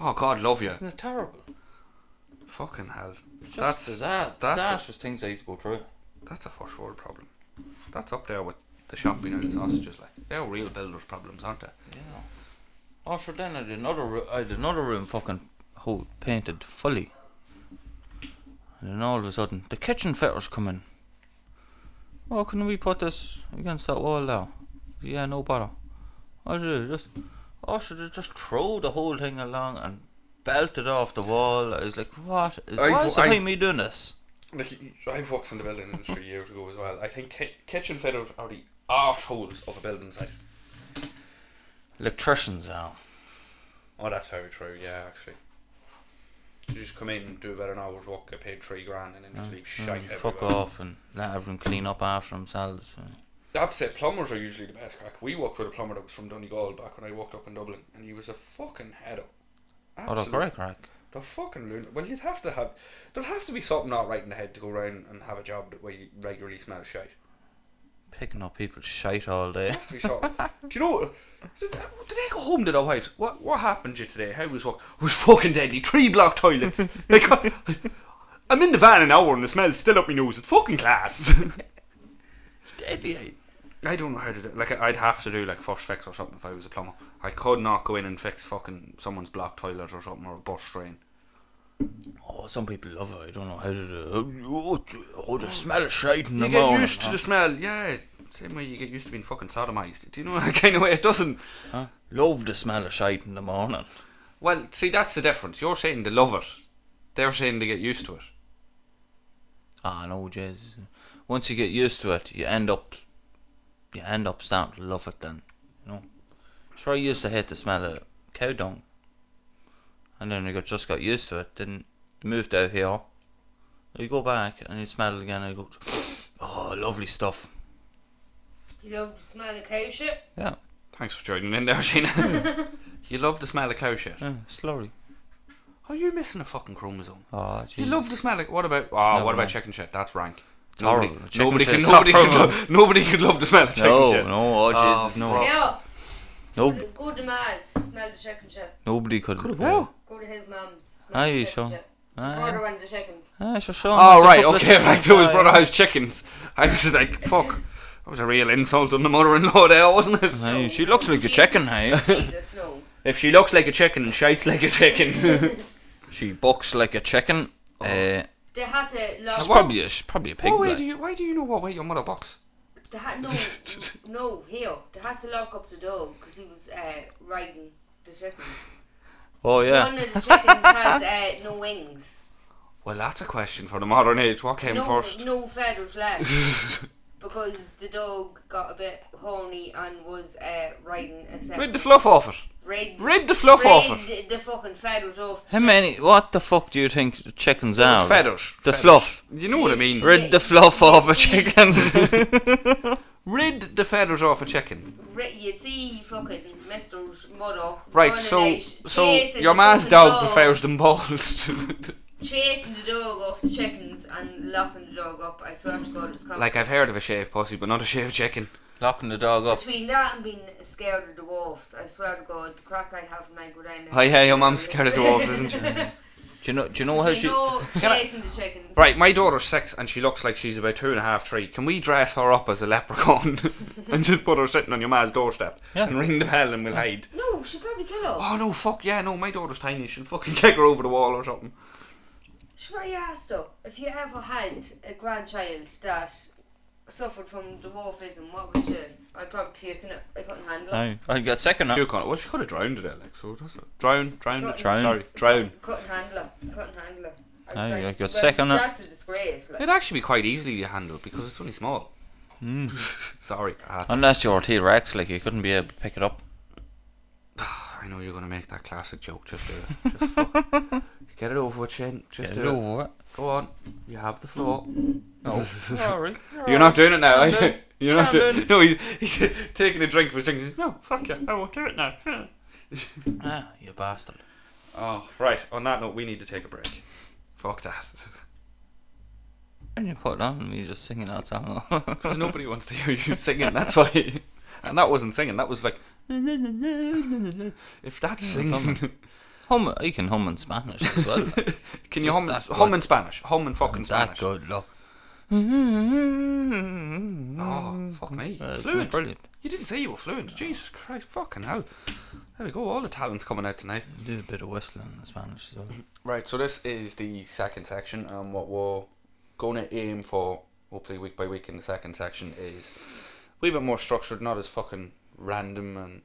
Speaker 2: Oh God, love you.
Speaker 1: Isn't it terrible?
Speaker 2: Fucking hell.
Speaker 1: Just
Speaker 2: That's-
Speaker 1: disa-
Speaker 2: that's a-
Speaker 1: disastrous things I have to go through.
Speaker 2: That's a first world problem. That's up there with the shop being out of sausages. Like they're real builders' problems, aren't they?
Speaker 1: Yeah. Oh, sure. Then I did another. Ro- I did another room, fucking whole painted fully. And then all of a sudden, the kitchen fitters come in. Oh, can we put this against that wall now? Yeah, no bother. I did just. Oh, should I just throw the whole thing along and belt it off the wall? I was like, what? is-
Speaker 2: I've-
Speaker 1: Why is the
Speaker 2: I've-
Speaker 1: point me doing this?
Speaker 2: Like, you- you- I've worked in the building industry years ago as well. I think ki- kitchen fitters are the arseholes of a building site.
Speaker 1: Electricians are.
Speaker 2: Oh, that's very true, yeah, actually. You just come in, do about an hour's work, get paid three grand, and then just leave shite
Speaker 1: Mm,
Speaker 2: everywhere.
Speaker 1: fuck off and let everyone clean up after themselves. uh,
Speaker 2: I have to say, plumbers are usually the best crack. We worked with a plumber that was from Donegal back when I worked up in Dublin, and he was a fucking head up.
Speaker 1: Oh, that's
Speaker 2: Absolute-
Speaker 1: great, crack.
Speaker 2: The fucking lunatic. Well, you'd have to have. There'd have to be something not right in the head to go around and have a job that where you regularly smell shite.
Speaker 1: Picking up people's shite all day.
Speaker 2: There has to be something. Do you know? Did, did they go home to the house? What What happened to you today? How was what? It was fucking deadly. Three block toilets. like, uh, I'm in the van an hour and the smell's still up my nose. It's fucking class. eh?
Speaker 1: Deadly.
Speaker 2: I don't know how to do. Like I'd have to do like first fix or something if I was a plumber. I could not go in and fix fucking someone's blocked toilet or something or a bus drain.
Speaker 1: Oh, some people love it. I don't know how to do it. Oh, oh the smell of shite in
Speaker 2: You
Speaker 1: the
Speaker 2: get
Speaker 1: morning.
Speaker 2: used to
Speaker 1: huh?
Speaker 2: the smell, yeah. Same way you get used to being fucking sodomized. Do you know that kind of way? It doesn't.
Speaker 1: Huh? Love the smell of shite in the morning.
Speaker 2: Well, see, that's the difference. You're saying they love it. They're saying they get used to it.
Speaker 1: Ah, no, jizz. Once you get used to it, you end up, you end up starting to love it. Then, you know. Sure, I used to hate the smell of cow dung, and then I got just got used to it. Then moved out here. You go back and you smell it again. And you go, oh, lovely stuff.
Speaker 4: You love the smell of cow shit?
Speaker 1: Yeah,
Speaker 2: Thanks for joining in there, Sheena. you love the smell of cow shit.
Speaker 1: yeah slurry.
Speaker 2: Are you missing a fucking chromosome?
Speaker 1: Oh,
Speaker 2: You
Speaker 1: jeez.
Speaker 2: love the smell of. What about. Ah,
Speaker 1: No,
Speaker 2: what about
Speaker 1: no.
Speaker 2: chicken shit? That's rank.
Speaker 1: It's
Speaker 2: Nobody,
Speaker 1: horrible. Chicken
Speaker 2: nobody,
Speaker 1: shit's
Speaker 2: can, nobody,
Speaker 1: not
Speaker 2: could lo- nobody could love the smell of chicken
Speaker 1: No,
Speaker 2: shit.
Speaker 1: no, oh
Speaker 2: Oh,
Speaker 1: Jesus, no,
Speaker 2: fuck.
Speaker 4: Yeah.
Speaker 1: no,
Speaker 4: Go to Ma's, smell the chicken shit.
Speaker 1: nobody could. uh,
Speaker 2: Could well.
Speaker 4: Go to his mum's, smell
Speaker 1: Aye,
Speaker 4: the chicken
Speaker 1: sure.
Speaker 4: shit.
Speaker 1: Aye.
Speaker 4: Order one of the chickens.
Speaker 1: Ah, sure, sure.
Speaker 2: Oh,
Speaker 1: there's a
Speaker 2: right,
Speaker 1: couple of
Speaker 2: okay, right. So his
Speaker 1: chickens.
Speaker 2: brother has chickens. I was like, fuck. That was a real insult on the mother in law there, wasn't it?
Speaker 1: Hey, she looks like a
Speaker 4: Jesus.
Speaker 1: chicken, hey.
Speaker 4: Jesus, no.
Speaker 2: If she looks like a chicken and shites like a chicken.
Speaker 1: She bucks like a chicken.
Speaker 2: Oh.
Speaker 1: Uh,
Speaker 4: They had to
Speaker 1: she's
Speaker 4: lock.
Speaker 1: probably a, she's probably a pig.
Speaker 2: what way
Speaker 1: like.
Speaker 2: do you why do you know what way your mother box?
Speaker 4: They had no, no here. They had to lock up the dog because he was uh, riding the chickens.
Speaker 1: oh yeah.
Speaker 4: One of the chickens has uh, no wings.
Speaker 2: Well that's a question for the modern age. What came
Speaker 4: no,
Speaker 2: first?
Speaker 4: no feathers left because the dog got a bit horny and was uh, riding a second.
Speaker 2: Rid the fluff off it.
Speaker 4: Rid,
Speaker 2: Rid the fluff off
Speaker 4: rid
Speaker 2: it.
Speaker 4: the, the fucking feathers off. the
Speaker 1: How
Speaker 4: chick-
Speaker 1: many? What the fuck do you think the chickens are?
Speaker 2: Feathers.
Speaker 1: The
Speaker 2: Feathers.
Speaker 1: fluff.
Speaker 2: You know what I mean.
Speaker 4: Rid-
Speaker 1: Rid the fluff off a chicken.
Speaker 2: Rid the feathers off a chicken.
Speaker 4: Ri- You see, fucking Mister's mother.
Speaker 2: Right,
Speaker 4: running
Speaker 2: so
Speaker 4: out,
Speaker 2: so
Speaker 4: chasing
Speaker 2: your
Speaker 4: the
Speaker 2: man's
Speaker 4: fucking
Speaker 2: dog prefers them balls.
Speaker 4: chasing the dog off the chickens and locking the dog up. I swear to God, it was coming.
Speaker 2: like I've heard of a shaved pussy, but not a shaved chicken.
Speaker 1: Locking the dog up.
Speaker 4: between that and being scared of the wolves, I swear to God, the crack I have when I go down there.
Speaker 2: Oh yeah, your mum's scared of the wolves, isn't she?
Speaker 1: Do you know? Do you know how she?
Speaker 4: No
Speaker 2: I-
Speaker 4: chasing the chickens.
Speaker 2: Right, my daughter's six and she looks like she's about two and a half, three. Can we dress her up as a leprechaun and just put her sitting on your ma's doorstep
Speaker 1: Yeah.
Speaker 2: and ring the bell and we'll hide?
Speaker 4: No, she'd probably kill her.
Speaker 2: Oh no, fuck yeah, no, my daughter's tiny. She'll fucking kick her over the wall or something.
Speaker 4: Should I ask though, if you ever had a grandchild that suffered from dwarfism, what would you do? I'd probably puke in it. I couldn't handle it.
Speaker 1: Aye.
Speaker 2: Oh,
Speaker 1: I got second. now.
Speaker 2: Puke on it. Well, she could have drowned it, Alex. So that's it. Drown, drown,
Speaker 4: Drown.
Speaker 2: Sorry, drown.
Speaker 4: Couldn't handle it. Couldn't handle it. I'd
Speaker 1: Aye,
Speaker 4: like,
Speaker 1: I got
Speaker 4: well,
Speaker 1: sick on it.
Speaker 4: That's a disgrace. Like.
Speaker 2: It'd actually be quite easily to handle because it's only small.
Speaker 1: Hmm.
Speaker 2: Sorry. Ah,
Speaker 1: Unless you were T Rex, like you couldn't be able to pick it up.
Speaker 2: I know you're going to make that classic joke. Just do it. Just fuck. Get it over with, Shane. Just
Speaker 1: Get
Speaker 2: do
Speaker 1: it
Speaker 2: it.
Speaker 1: over it.
Speaker 2: Go on. You have the floor.
Speaker 1: No. Sorry.
Speaker 2: You're not doing it now, are you? You're not
Speaker 1: I'm doing
Speaker 2: doing it. No, he's, he's taking a drink for drinking. No, fuck you. I won't do it now.
Speaker 1: Ah, you bastard.
Speaker 2: oh, right. On that note, we need to take a break. Fuck that.
Speaker 1: And you put it on and you just singing that song.
Speaker 2: Because nobody wants to hear you singing, that's why. And that wasn't singing, that was like. If that's singing. Uh,
Speaker 1: hum. You can hum in Spanish as well.
Speaker 2: Can you
Speaker 1: Just
Speaker 2: hum, in-
Speaker 1: that good.
Speaker 2: hum in Spanish? Hum in fucking
Speaker 1: that
Speaker 2: Spanish.
Speaker 1: good look.
Speaker 2: Oh,
Speaker 1: Oh,
Speaker 2: fuck me.
Speaker 1: That's
Speaker 2: fluent.
Speaker 1: brilliant.
Speaker 2: You didn't say you were fluent. Jesus Christ, fucking hell. There we go, all the talent's coming out tonight.
Speaker 1: Did a bit of whistling in Spanish as well.
Speaker 2: Right, so this is the second section, and what we're going to aim for, hopefully week by week in the second section, is a wee bit more structured, not as fucking random and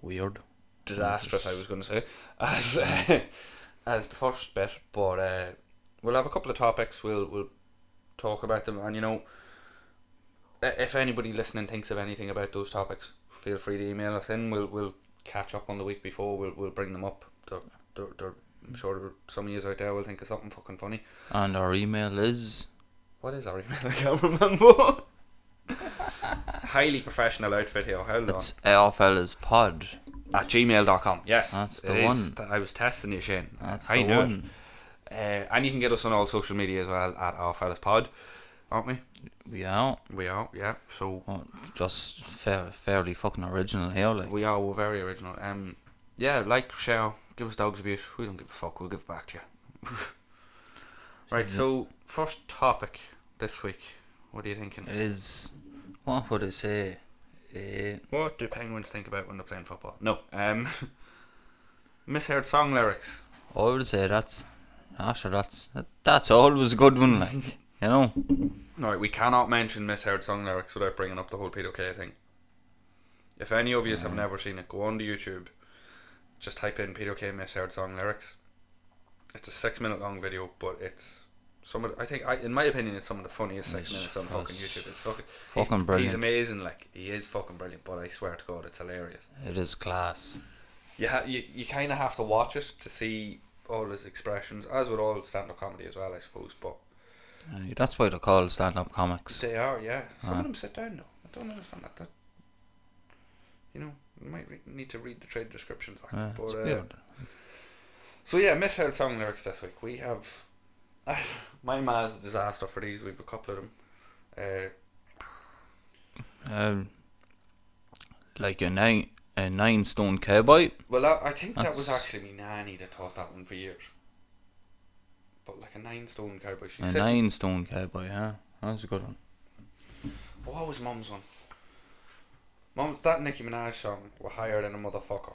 Speaker 1: Weird.
Speaker 2: disastrous. I was going to say as as the first bit, but uh, we'll have a couple of topics. We'll we'll talk about them, and you know, i- if anybody listening thinks of anything about those topics, feel free to email us in. We'll we'll catch up on the week before. We'll we'll bring them up. They're, they're, they're, I'm sure there- some of you out there will think of something fucking funny.
Speaker 1: And our email is
Speaker 2: What is our email? I can't remember. Highly professional outfit here. Hold on.
Speaker 1: it's airfellaspod.
Speaker 2: At gmail.com. Yes.
Speaker 1: That's
Speaker 2: it
Speaker 1: the
Speaker 2: is.
Speaker 1: one.
Speaker 2: Th- I was testing you, Shane.
Speaker 1: That's
Speaker 2: I
Speaker 1: the
Speaker 2: knew it.
Speaker 1: one.
Speaker 2: Uh, and you can get us on all social media as well at Our Fellas Pod, aren't we?
Speaker 1: We out.
Speaker 2: We are, yeah. So
Speaker 1: Well, just fair, fairly fucking original here, like.
Speaker 2: we are. We're very original. Um, yeah, like, share, give us dogs abuse. We don't give a fuck. We'll give it back to you. right. So first topic this week. What are you thinking?
Speaker 1: Is what would it say? Uh,
Speaker 2: What do penguins think about when they're playing football? No. Um, misheard song lyrics.
Speaker 1: I would say that's, ah, sure, that's that's always a good one, like you know.
Speaker 2: All right, we cannot mention misheard song lyrics without bringing up the whole pedo K thing. If any of you have never seen it, go on to YouTube. Just type in pedo K misheard song lyrics. It's a six-minute long video, but it's some. Of the, I think, I, in my opinion, it's some of the funniest six
Speaker 1: It's
Speaker 2: minutes on
Speaker 1: fu-
Speaker 2: fucking YouTube. It's fucking, he's-
Speaker 1: fucking
Speaker 2: He's
Speaker 1: brilliant.
Speaker 2: amazing. Like he is fucking brilliant. But I swear to God, it's hilarious.
Speaker 1: It is class.
Speaker 2: You ha- you, you kind of have to watch it to see all his expressions, as with all stand-up comedy as well, I suppose. But
Speaker 1: Aye, that's why they're called stand-up comics.
Speaker 2: They are, yeah. Some
Speaker 1: Ah.
Speaker 2: of them sit down though. I don't understand that. that you know, you might re- need to read the trade descriptions. Like,
Speaker 1: Yeah,
Speaker 2: but,
Speaker 1: it's
Speaker 2: uh,
Speaker 1: weird.
Speaker 2: So yeah, misheard song lyrics this week. We have my ma's disaster for these. We've a couple of them. Uh,
Speaker 1: Um, like a nine a nine stone cowboy.
Speaker 2: well, I, I think that was
Speaker 1: That's-
Speaker 2: actually me nanny that taught that one for years. But like a nine stone cowboy, she
Speaker 1: A
Speaker 2: said.
Speaker 1: nine stone cowboy. Huh. That's a good one.
Speaker 2: "Oh, What was mum's one? Mum, that Nicki Minaj song were higher than a motherfucker.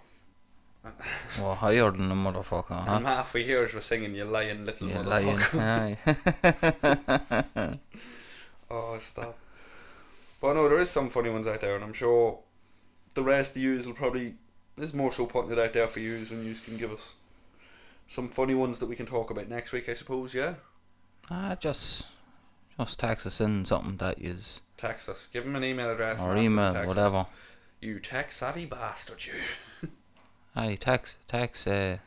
Speaker 1: Well, higher than a motherfucker.
Speaker 2: And
Speaker 1: Huh.
Speaker 2: ma for years were singing "You lying little
Speaker 1: You're Uh-huh. lying.
Speaker 2: motherfucker."
Speaker 1: Aye.
Speaker 2: Oh, stop. But no, there is some funny ones out there, and I'm sure the rest of yous will probably. There's more so putting it out there for yous, and yous can give us some funny ones that we can talk about next week, I suppose, yeah?
Speaker 1: Ah, just just text us in something that is
Speaker 2: Text us. Give them an email address.
Speaker 1: or
Speaker 2: and ask them to
Speaker 1: email,
Speaker 2: text us.
Speaker 1: whatever.
Speaker 2: You tech savvy bastard, you.
Speaker 1: Aye, text text uh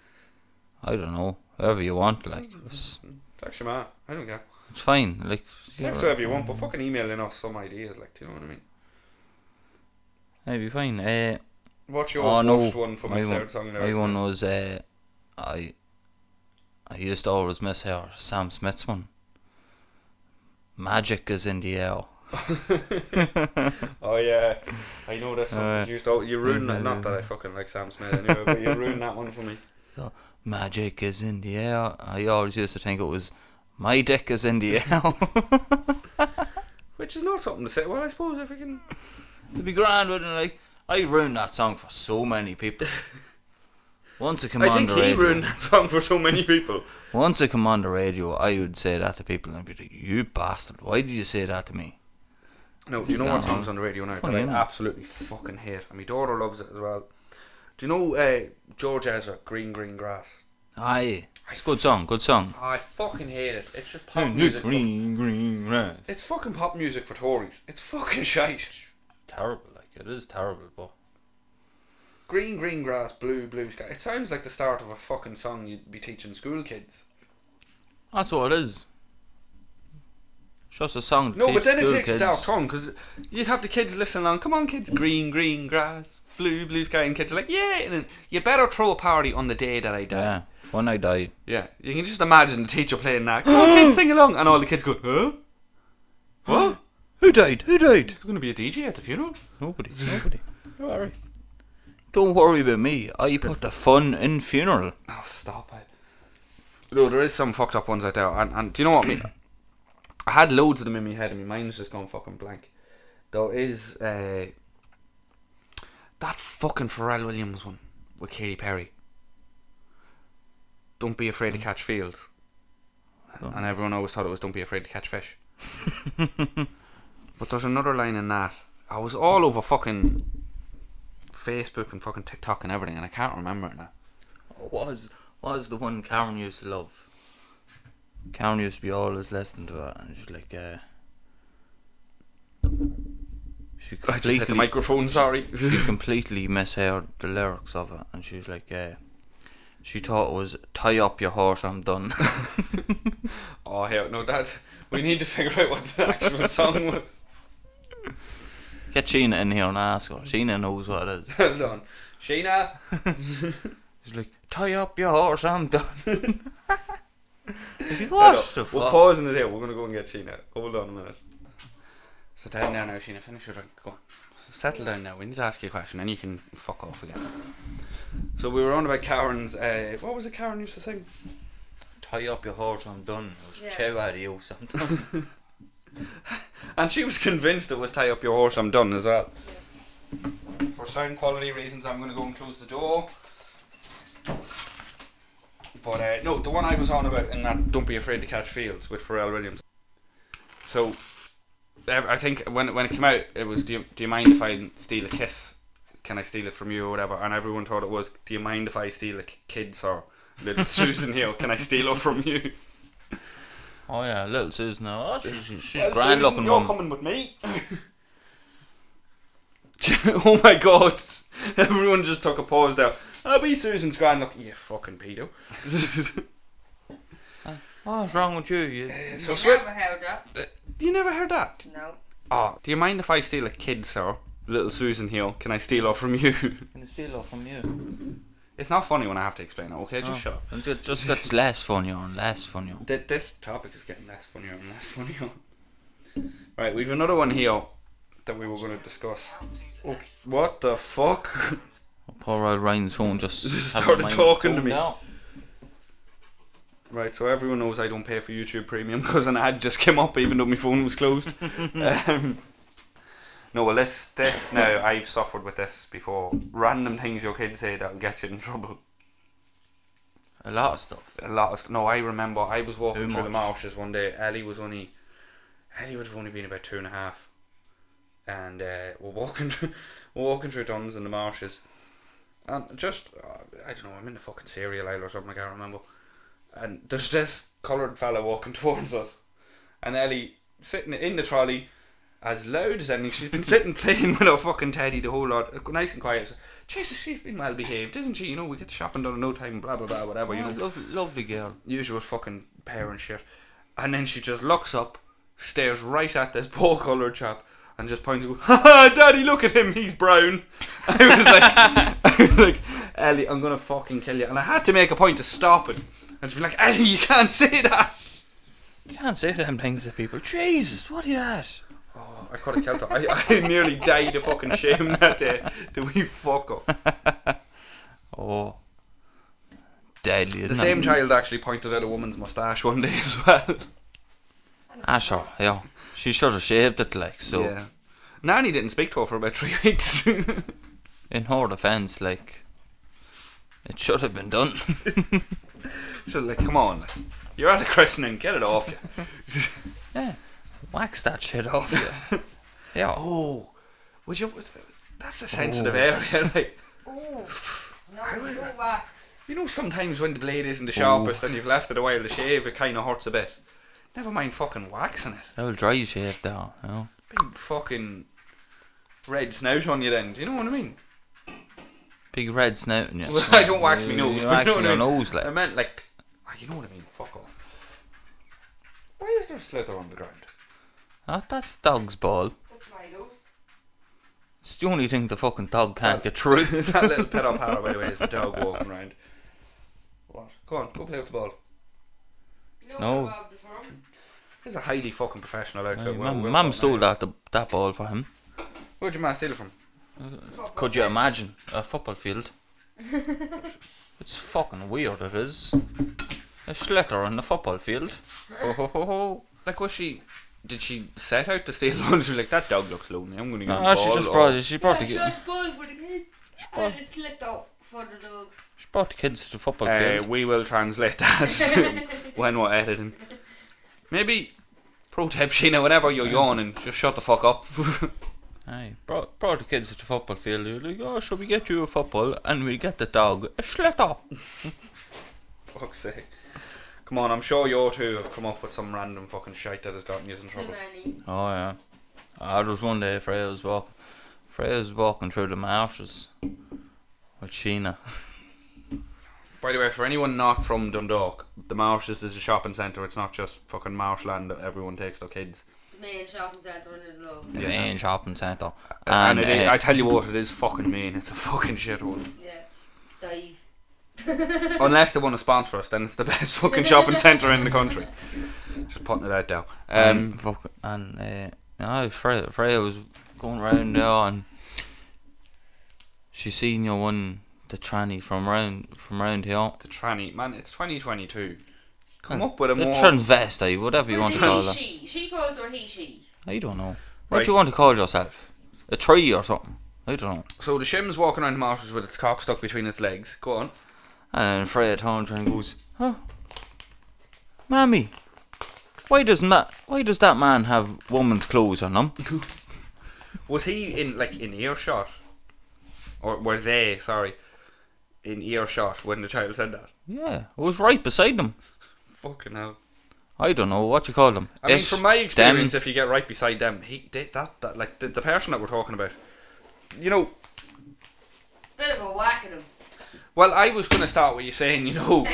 Speaker 1: I don't know, whoever you want, like it's,
Speaker 2: Text your ma. I don't care.
Speaker 1: it's fine. Like
Speaker 2: Text whoever you want, but fucking emailing us some ideas, like, do you know what I mean?
Speaker 1: Aye, be fine. Uh
Speaker 2: What's your
Speaker 1: oh no,
Speaker 2: worst one for my
Speaker 1: my one,
Speaker 2: third song
Speaker 1: my
Speaker 2: lyrics?
Speaker 1: one was uh I I used to always miss her Sam Smith's one. Magic is in the air.
Speaker 2: Oh yeah, I know that song.
Speaker 1: Uh,
Speaker 2: you used to, you ruined that. Not that I
Speaker 1: yeah.
Speaker 2: fucking like Sam Smith anyway, but you ruined that one for me.
Speaker 1: Magic is in the air. I always used to think it was my dick is in the air.
Speaker 2: Which is not something to say. Well, I suppose if we can.
Speaker 1: It'd be grand, wouldn't it? Like I ruined that song for so many people. Once it came
Speaker 2: I
Speaker 1: on
Speaker 2: think
Speaker 1: the
Speaker 2: he
Speaker 1: radio,
Speaker 2: ruined that song for so many people.
Speaker 1: once it came on the radio, I would say that to people and I'd be like, "You bastard! Why did you say that to me?"
Speaker 2: No, do you know
Speaker 1: Yeah.
Speaker 2: what songs on the radio now
Speaker 1: Funny,
Speaker 2: that
Speaker 1: isn't
Speaker 2: I
Speaker 1: it?
Speaker 2: absolutely fucking hate? And my daughter loves it as well. Do you know uh, George Ezra, Green Green Grass?
Speaker 1: Aye, it's a good song. Good song.
Speaker 2: I fucking hate it. It's just pop music. For,
Speaker 1: green, green grass.
Speaker 2: it's fucking pop music for Tories. It's fucking shite.
Speaker 1: Terrible, like it is terrible, but
Speaker 2: Green Green Grass, Blue Blue Sky. It sounds like the start of a fucking song you'd be teaching school kids.
Speaker 1: that's what it is. It's just a song. To
Speaker 2: No,
Speaker 1: teach
Speaker 2: but then it
Speaker 1: school
Speaker 2: takes
Speaker 1: kids.
Speaker 2: it out wrong because you'd have the kids listen along. Come on, kids, green, green grass, blue, blue sky, and kids are like, yeah. And then you better throw a party on the day that I die.
Speaker 1: Yeah, when I die,
Speaker 2: Yeah, you can just imagine the teacher playing that. Come on, kids, sing along, and all the kids go, huh? What?
Speaker 1: who died? Who died?
Speaker 2: There's going to be a DJ at the funeral.
Speaker 1: Nobody. Nobody. Don't worry about me. I put the fun in funeral.
Speaker 2: Oh, stop it. No, there is some fucked up ones out there, and, and do you know what I mean? I had loads of them in my head, and my mind's just gone fucking blank. There is uh, that fucking Pharrell Williams one with Katy Perry. Don't be afraid to catch fields, and everyone always thought it was "Don't be afraid to catch fish." but there's another line in that. I was all over fucking Facebook and fucking TikTok and everything, and I can't remember it now.
Speaker 1: was was the one Karen used to love. Karen used to be always listening to it, and she's like, uh, she
Speaker 2: I just hit the
Speaker 1: completely,
Speaker 2: microphone, sorry.
Speaker 1: she completely misheard the lyrics of it, and she was like, uh, she thought it was tie up your horse, I'm done.
Speaker 2: oh, hell no, Dad. We need to figure out what the actual song was.
Speaker 1: Get Sheena in here and ask her. Sheena knows what it is.
Speaker 2: Hold on. Sheena.
Speaker 1: She's like, tie up your horse, I'm done. She's like,
Speaker 2: Hold on.
Speaker 1: what the
Speaker 2: We're
Speaker 1: fuck?
Speaker 2: pausing it here. We're going to go and get Sheena. Hold on a minute. So down now, now, Sheena. Finish your drink. Go on. Settle down now. We need to ask you a question, and you can fuck off again. So we were on about Karen's. Uh, what was it Karen used to sing?
Speaker 1: Tie up your horse, I'm done. It was
Speaker 4: Yeah.
Speaker 1: chow out of you, something.
Speaker 2: And she was convinced it was tie up your horse, I'm done as well. For sound quality reasons, I'm going to go and close the door. But uh, no, the one I was on about in that Don't Be Afraid to Catch Fields with Pharrell Williams. So, ev- I think when, when it came out, it was do you, do you mind if I steal a kiss? Can I steal it from you or whatever? And everyone thought it was Do you mind if I steal a k- kid's or little Susan here? Can I steal her from you?
Speaker 1: Oh yeah, little Susan. Oh, she's she's grand looking
Speaker 2: You're
Speaker 1: one.
Speaker 2: coming with me. oh my god! Everyone just took a pause there. I'll be Susan's grand looking. You fucking pedo.
Speaker 1: Oh, What's wrong with you? you
Speaker 2: so
Speaker 4: I
Speaker 2: sweet.
Speaker 4: never held up.
Speaker 2: You never heard that?
Speaker 4: No.
Speaker 2: Oh, do you mind if I steal a kid, sir? Little Susan here. Can I steal her from you?
Speaker 1: can steal off from you.
Speaker 2: it's not funny when I have to explain it. Okay, just
Speaker 1: Oh.
Speaker 2: shut up.
Speaker 1: It ju- just gets less funnier and less funnier.
Speaker 2: Th- this topic is getting less funnier and less funnier. Right, we've another one here that we were going to discuss. Oh, what the fuck?
Speaker 1: Poor old Ryan's phone just,
Speaker 2: Just
Speaker 1: having
Speaker 2: started
Speaker 1: mine
Speaker 2: talking to
Speaker 1: phoned
Speaker 2: me.
Speaker 1: out.
Speaker 2: Right, so everyone knows I don't pay for YouTube Premium because an ad just came up, even though my phone was closed. um, no, well, this this now I've suffered with this before. Random things your kids say that'll get you in trouble.
Speaker 1: A lot of stuff.
Speaker 2: A lot. Of, no, I remember I was walking
Speaker 1: Too
Speaker 2: through the
Speaker 1: much.
Speaker 2: marshes one day. Ellie was only Ellie would have only been about two and a half, and uh, we're walking we're walking through Duns in the marshes, and just uh, I don't know. I'm in the fucking cereal aisle or something. I can't remember. And there's this coloured fella walking towards us, and Ellie sitting in the trolley. As loud as anything, she's been sitting playing with her fucking teddy the whole lot, nice and quiet. Jesus, she's been well behaved, isn't she? You know, we get shopping done in no time, blah blah blah, whatever. You
Speaker 1: Oh,
Speaker 2: know,
Speaker 1: lov- lovely girl.
Speaker 2: usual fucking parent shit. And then she just looks up, stares right at this poor coloured chap, and just points and goes, "Ha ha, daddy, look at him, he's brown." I was like, I was like, Ellie, I'm gonna fucking kill you. And I had to make a point to stop it, and she'd be like, Ellie, you can't say that.
Speaker 1: You can't say them things to people. Jesus, what are you at?
Speaker 2: Oh, I could have killed her. I, I nearly died of fucking shame that day. Did we fuck up?
Speaker 1: Oh, deadly.
Speaker 2: The
Speaker 1: isn't
Speaker 2: same
Speaker 1: it?
Speaker 2: child actually pointed out a woman's moustache one day as well.
Speaker 1: Asher, Ah, yeah. She should have shaved it, like, so.
Speaker 2: yeah. Nanny didn't speak to her for about three weeks.
Speaker 1: In her defence, like, it should have been done.
Speaker 2: So like, come on, like, you're at a christening, get it off you.
Speaker 1: yeah. Wax that shit off you. yeah.
Speaker 2: oh, would you? That's a sensitive area. Like,
Speaker 4: Oh. No, you don't wax.
Speaker 2: you know, sometimes when the blade isn't the sharpest and you've left it a while to shave, it kind of hurts a bit. Never mind fucking waxing it.
Speaker 1: That will dry shave down, you know.
Speaker 2: Big fucking red snout on you then. Do you know what I mean?
Speaker 1: Big red snout in you.
Speaker 2: Well, I don't wax me nose. but
Speaker 1: You
Speaker 2: you
Speaker 1: wax
Speaker 2: know what
Speaker 1: your
Speaker 2: I mean?
Speaker 1: nose, like.
Speaker 2: I meant like, ah, you know what I mean. Fuck off. Why is there a slither on the ground?
Speaker 1: Ah, that's dog's ball.
Speaker 4: That's my nose.
Speaker 1: It's the only thing the fucking dog can't get through.
Speaker 2: that little pedo para, by the way, is the dog walking around. What? Go on, go play with the ball.
Speaker 4: You know
Speaker 1: No.
Speaker 4: where Bob is from?
Speaker 2: He's a highly fucking professional outfit.
Speaker 1: Hey,
Speaker 2: Well,
Speaker 1: Mum
Speaker 2: well
Speaker 1: Mum
Speaker 2: done,
Speaker 1: stole
Speaker 2: mate.
Speaker 1: that, that ball for him.
Speaker 2: Where'd your man steal it from?
Speaker 4: Football
Speaker 1: Could you
Speaker 4: pitch.
Speaker 1: imagine a football field? it's fucking weird, it is. A slitter on the football field. Ho ho ho ho.
Speaker 2: Like, was she? Did she set out to steal one? She was like, that dog looks lonely. I'm gonna go.
Speaker 1: Ah, she just brought it. She
Speaker 4: Yeah,
Speaker 1: brought the ki-
Speaker 4: short ball for the kids.
Speaker 1: brought-
Speaker 4: And a slit out for the dog.
Speaker 1: she brought the kids to the football
Speaker 2: Uh,
Speaker 1: field.
Speaker 2: we will translate that when we're editing. Maybe. Pro tip, Sheena. Whenever you're yawning, just shut the fuck up.
Speaker 1: Aye, brought brought the kids to the football field. They were like, oh, shall we get you a football and we get the dog a slitter?
Speaker 2: Fuck's sake. Come on, I'm sure you two have come up with some random fucking shite that has gotten you in
Speaker 4: Too
Speaker 2: trouble.
Speaker 4: many.
Speaker 1: Oh yeah. Ah, there was one day Freya was walk Freya was walking through the marshes with Sheena.
Speaker 2: By the way, for anyone not from Dundalk, the Marshes is a shopping centre. It's not just fucking marshland that everyone taktakes their kids.
Speaker 4: The main shopping centre in the love.
Speaker 1: The
Speaker 2: Yeah.
Speaker 1: main shopping centre. And,
Speaker 2: And, it is,
Speaker 1: uh,
Speaker 2: I tell you what, it is fucking mean. It's a fucking shithole.
Speaker 4: Yeah. Dive.
Speaker 2: Unless they want to sponsor us, then it's the best fucking shopping centre in the country. Just putting it out there. Um,
Speaker 1: and, fuck, and uh, no, Freya, Freya was going round there and she seen your one the tranny from round from round here.
Speaker 2: the tranny, man, it's 2022. Come
Speaker 1: Uh,
Speaker 2: up with a
Speaker 1: the
Speaker 2: more.
Speaker 1: transvestite, whatever you
Speaker 4: Well,
Speaker 1: want to
Speaker 4: he,
Speaker 1: call her.
Speaker 4: she. She calls her he, she.
Speaker 1: I don't know. What
Speaker 2: Right.
Speaker 1: do you want to call yourself? A tree or something? I don't know.
Speaker 2: so the shim's walking around the marshes with its cock stuck between its legs. Go on.
Speaker 1: And then Freya turns around and goes, "Oh, mammy, why does that why does that man have woman's clothes on him?"
Speaker 2: Was he in like in earshot, or were they? Sorry, in earshot when the child said that.
Speaker 1: Yeah, it was right beside them.
Speaker 2: Fucking hell.
Speaker 1: I don't know what you call them.
Speaker 2: I mean,
Speaker 1: It,
Speaker 2: from my
Speaker 1: them,
Speaker 2: experience, uh, if you get right beside them, he they, that that like the, the person that we're talking about. You know,
Speaker 4: Bit of a whack at him.
Speaker 2: well, I was going to start with you saying, you know,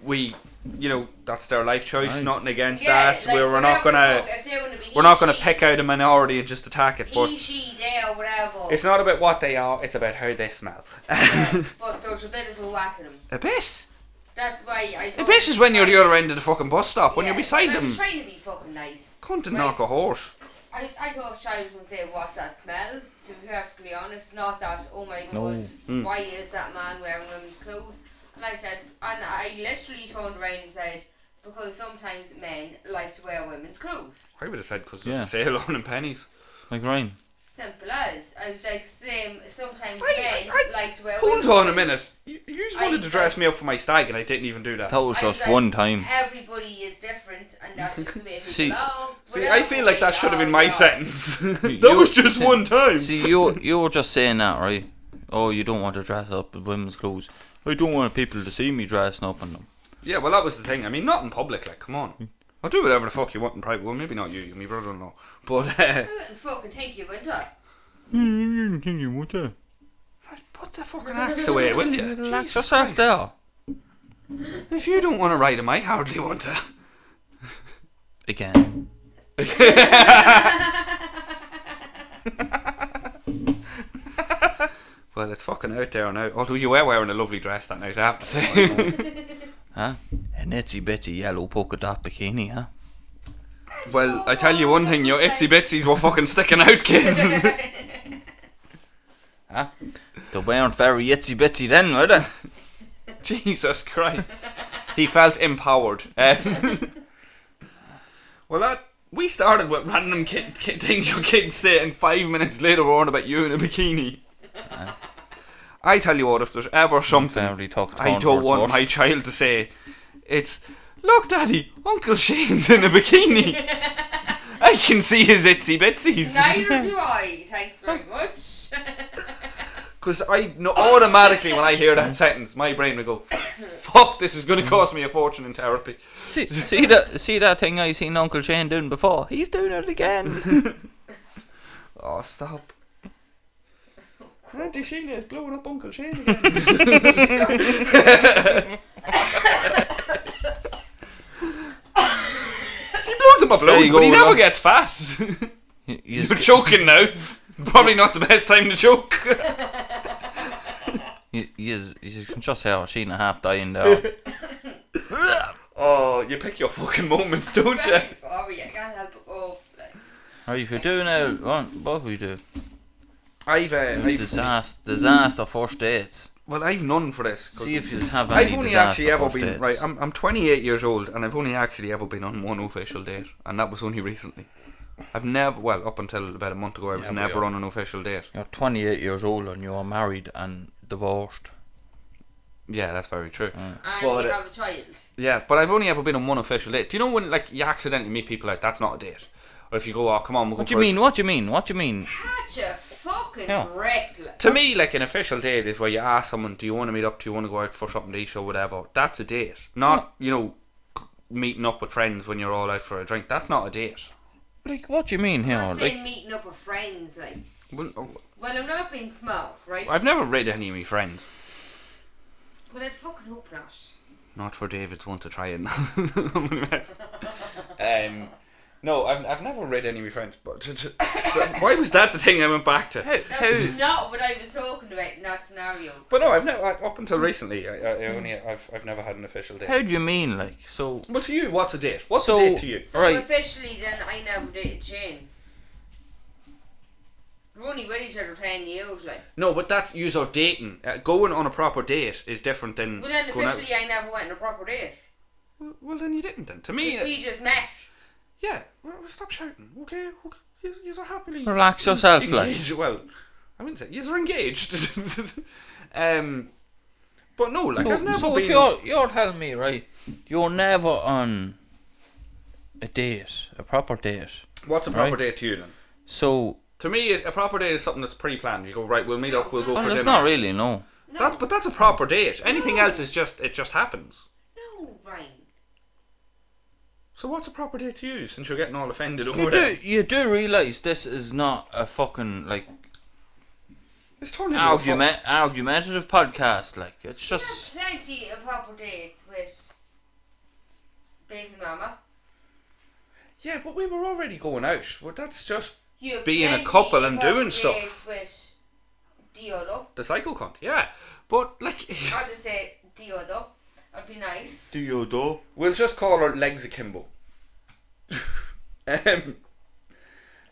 Speaker 2: we, you know, that's their life choice.
Speaker 1: Aye.
Speaker 2: Nothing against
Speaker 4: Yeah,
Speaker 2: that.
Speaker 4: like,
Speaker 2: we're, we're not
Speaker 4: whatever the
Speaker 2: gonna
Speaker 4: fuck, if they wanna be he,
Speaker 2: we're not gonna
Speaker 4: she,
Speaker 2: pick out a minority and just attack it.
Speaker 4: He,
Speaker 2: But
Speaker 4: she, they, or whatever.
Speaker 2: it's not about what they are; it's about how they smell.
Speaker 4: yeah, but there's a bit of a whack at him.
Speaker 2: a bit.
Speaker 4: That's why I.
Speaker 2: A
Speaker 4: don't
Speaker 2: bit is when you're the
Speaker 4: try
Speaker 2: other
Speaker 4: it.
Speaker 2: end of the fucking bus stop. When
Speaker 4: Yeah,
Speaker 2: you're beside
Speaker 4: and
Speaker 2: them.
Speaker 4: I'm trying to be fucking nice.
Speaker 2: Cunt and
Speaker 4: Right.
Speaker 2: knock a horse.
Speaker 4: I, I thought Charlie was going to say, What's that smell? To be perfectly honest, not that, oh my god, why is that man wearing women's clothes? And I said, and I literally turned around and said, Because sometimes men like to wear women's clothes.
Speaker 2: I would have said because
Speaker 1: Yeah.
Speaker 2: there's a sale on in pennies.
Speaker 1: like Ryan.
Speaker 4: Simple as. I was like, same, sometimes
Speaker 2: I-
Speaker 4: men
Speaker 2: I-
Speaker 4: like to wear
Speaker 2: Hold
Speaker 4: women's
Speaker 2: on a
Speaker 4: clothes."
Speaker 2: minute. You, you just
Speaker 4: I
Speaker 2: wanted to
Speaker 4: said-
Speaker 2: dress me up for my stag and I didn't even do that.
Speaker 1: That was
Speaker 4: I was
Speaker 1: just
Speaker 4: like,
Speaker 1: one time.
Speaker 4: Everybody is different, and that's just the way people
Speaker 1: See-
Speaker 4: are.
Speaker 2: See,
Speaker 4: Whatever
Speaker 2: I feel like
Speaker 4: way
Speaker 2: that
Speaker 4: they
Speaker 2: should have
Speaker 4: are,
Speaker 2: been my
Speaker 4: they are.
Speaker 2: sentence. that
Speaker 1: you-
Speaker 2: was just one time.
Speaker 1: See, you you were just saying that, right? Oh, you don't want to dress up in women's clothes. I don't want people to see me dressing up in them.
Speaker 2: Yeah, well, that was the thing. I mean, not in public. Like, come
Speaker 1: Hmm.
Speaker 2: on. I'll do whatever the fuck you want in private. Well, maybe not you. You're my brother-in-law. But uh,
Speaker 4: I wouldn't fucking think you would, I?
Speaker 2: Hmm, eh? put the fucking axe away, will you?
Speaker 1: Relax
Speaker 2: Jesus
Speaker 1: yourself
Speaker 2: Christ.
Speaker 1: there.
Speaker 2: If you don't want to ride him, I hardly want to.
Speaker 1: Again.
Speaker 2: Well, it's fucking out there now. Although you were wearing a lovely dress that night, I have to say.
Speaker 1: Huh? An itsy bitsy yellow polka dot bikini, huh?
Speaker 2: Well, I tell you one thing, your itsy bitsies were fucking sticking out, kids.
Speaker 1: Huh? They weren't very itsy bitsy then, were they?
Speaker 2: Jesus Christ. He felt empowered. Um, well, that, we started with random kid, kid, things your kids say, and five minutes later we're on about you in a bikini. I tell you what, if there's ever something
Speaker 1: Family talk.
Speaker 2: I don't want my child to say, it's, look, Daddy, Uncle Shane's in a bikini. I can see his itsy bitsies.
Speaker 4: Neither do I, thanks very much.
Speaker 2: Because I no, automatically, when I hear that sentence, my brain will go, fuck, this is going to cost me a fortune in therapy.
Speaker 1: See, see that see that thing I seen Uncle Shane doing before? He's doing it again.
Speaker 2: Oh, stop. Auntie Sheena is blowing up Uncle Shane again. he blows up my
Speaker 1: There
Speaker 2: balloons,
Speaker 1: you
Speaker 2: but he
Speaker 1: go,
Speaker 2: never
Speaker 1: love.
Speaker 2: gets fast.
Speaker 1: You- you
Speaker 2: You're
Speaker 1: just,
Speaker 2: choking now. Probably not the best time to choke.
Speaker 1: you, you, just- you can just hear Sheena half dying there.
Speaker 2: oh, you pick your fucking moments, don't you?
Speaker 4: Very sorry, I can't help it. Oh, like,
Speaker 1: Are you doing now? What, what we do?
Speaker 2: I've, uh, I've
Speaker 1: Disaster, disaster first dates.
Speaker 2: well, I've none for this. 'cause
Speaker 1: See if you have any
Speaker 2: I've only
Speaker 1: disaster
Speaker 2: actually ever
Speaker 1: first
Speaker 2: been
Speaker 1: dates.
Speaker 2: right. I'm I'm 28 years old, and I've only actually ever been on one official date, and that was only recently. I've never, well, up until about a month ago, I was
Speaker 1: Yeah, but
Speaker 2: never
Speaker 1: you're-
Speaker 2: on an official date.
Speaker 1: You're 28 years old and you are married and divorced.
Speaker 2: Yeah, that's very true.
Speaker 4: and
Speaker 2: Well,
Speaker 4: you
Speaker 2: it-
Speaker 4: have a child.
Speaker 2: Yeah, but I've only ever been on one official date. Do you know when like you accidentally meet people like that's not a date, or if you go, oh come on, we're going
Speaker 1: What do
Speaker 2: for
Speaker 1: you
Speaker 2: a
Speaker 1: mean? What do you mean? What do you mean?
Speaker 4: Catch a fuck fucking
Speaker 1: Yeah.
Speaker 4: rip. Like.
Speaker 2: To me, like an official date is where you ask someone, "Do you want to meet up? Do you want to go out for something to eat or whatever?" That's a date. Not you know, c- meeting up with friends when you're all out for a drink. That's not a date.
Speaker 1: Like, what do you mean
Speaker 4: I'm
Speaker 1: here?
Speaker 4: not
Speaker 1: Like,
Speaker 4: saying meeting up with friends, like.
Speaker 2: Well, oh,
Speaker 4: Well, I'm not being smart, right?
Speaker 2: I've never read any of my friends.
Speaker 4: Well, I'd fucking hope not.
Speaker 2: Not for David's one to try it. I'm gonna mess. um, no, I've, I've never read any of my friends. But why was that the thing I went back to?
Speaker 4: That's not what I was talking about in that scenario.
Speaker 2: But no, I've never up until recently. I, I I only I've, I've never had an official date.
Speaker 1: how do you mean? Like, so.
Speaker 2: Well, to you, what's a date? What's
Speaker 1: So-
Speaker 2: a date to you?
Speaker 4: So
Speaker 1: Right.
Speaker 4: officially, then I never dated Jane. We're only with each other ten years, like.
Speaker 2: No, but that's you are dating. Uh, going on a proper date is different than
Speaker 4: Well, then
Speaker 2: going out.
Speaker 4: officially, I never went on a proper date.
Speaker 2: Well, well, then you didn't. Then to me,
Speaker 4: 'Cause
Speaker 2: uh,
Speaker 4: we just met.
Speaker 2: yeah. Well, well, stop shouting. Okay, okay. Yous, yous are happily
Speaker 1: Relax yourself, like.
Speaker 2: engaged. Well, I wouldn't say yous are engaged. um, but no, like I've
Speaker 1: So,
Speaker 2: never
Speaker 1: so
Speaker 2: been.
Speaker 1: if you're you're telling me right, you're never on a date, a proper date.
Speaker 2: What's a proper
Speaker 1: Right.
Speaker 2: date to you then?
Speaker 1: So
Speaker 2: To me, a proper date is something that's pre-planned. You go right. We'll meet up. We'll go
Speaker 1: well,
Speaker 2: for
Speaker 1: it's
Speaker 2: dinner.
Speaker 1: Oh, not really no.
Speaker 4: No,
Speaker 2: That's but that's a proper date. Anything else is just it just happens.
Speaker 4: no, Ryan.
Speaker 2: So what's a proper date to you? Since you're getting all offended over
Speaker 1: You
Speaker 2: it,
Speaker 1: do you do realize this is not a fucking like
Speaker 2: it's totally
Speaker 1: argument argumentative podcast. Like it's
Speaker 4: I had
Speaker 1: just
Speaker 4: plenty of proper dates with baby mama.
Speaker 2: Yeah, but we were already going out. Well, that's just
Speaker 4: You had
Speaker 2: Being a
Speaker 4: plenty
Speaker 2: couple
Speaker 4: of
Speaker 2: and
Speaker 4: proper
Speaker 2: doing stuff.
Speaker 4: dates With the other,
Speaker 2: the psycho cunt. Yeah, but like,
Speaker 4: I'll just say the other. I'd be nice.
Speaker 3: Do your door.
Speaker 2: we'll just call our legs akimbo. um,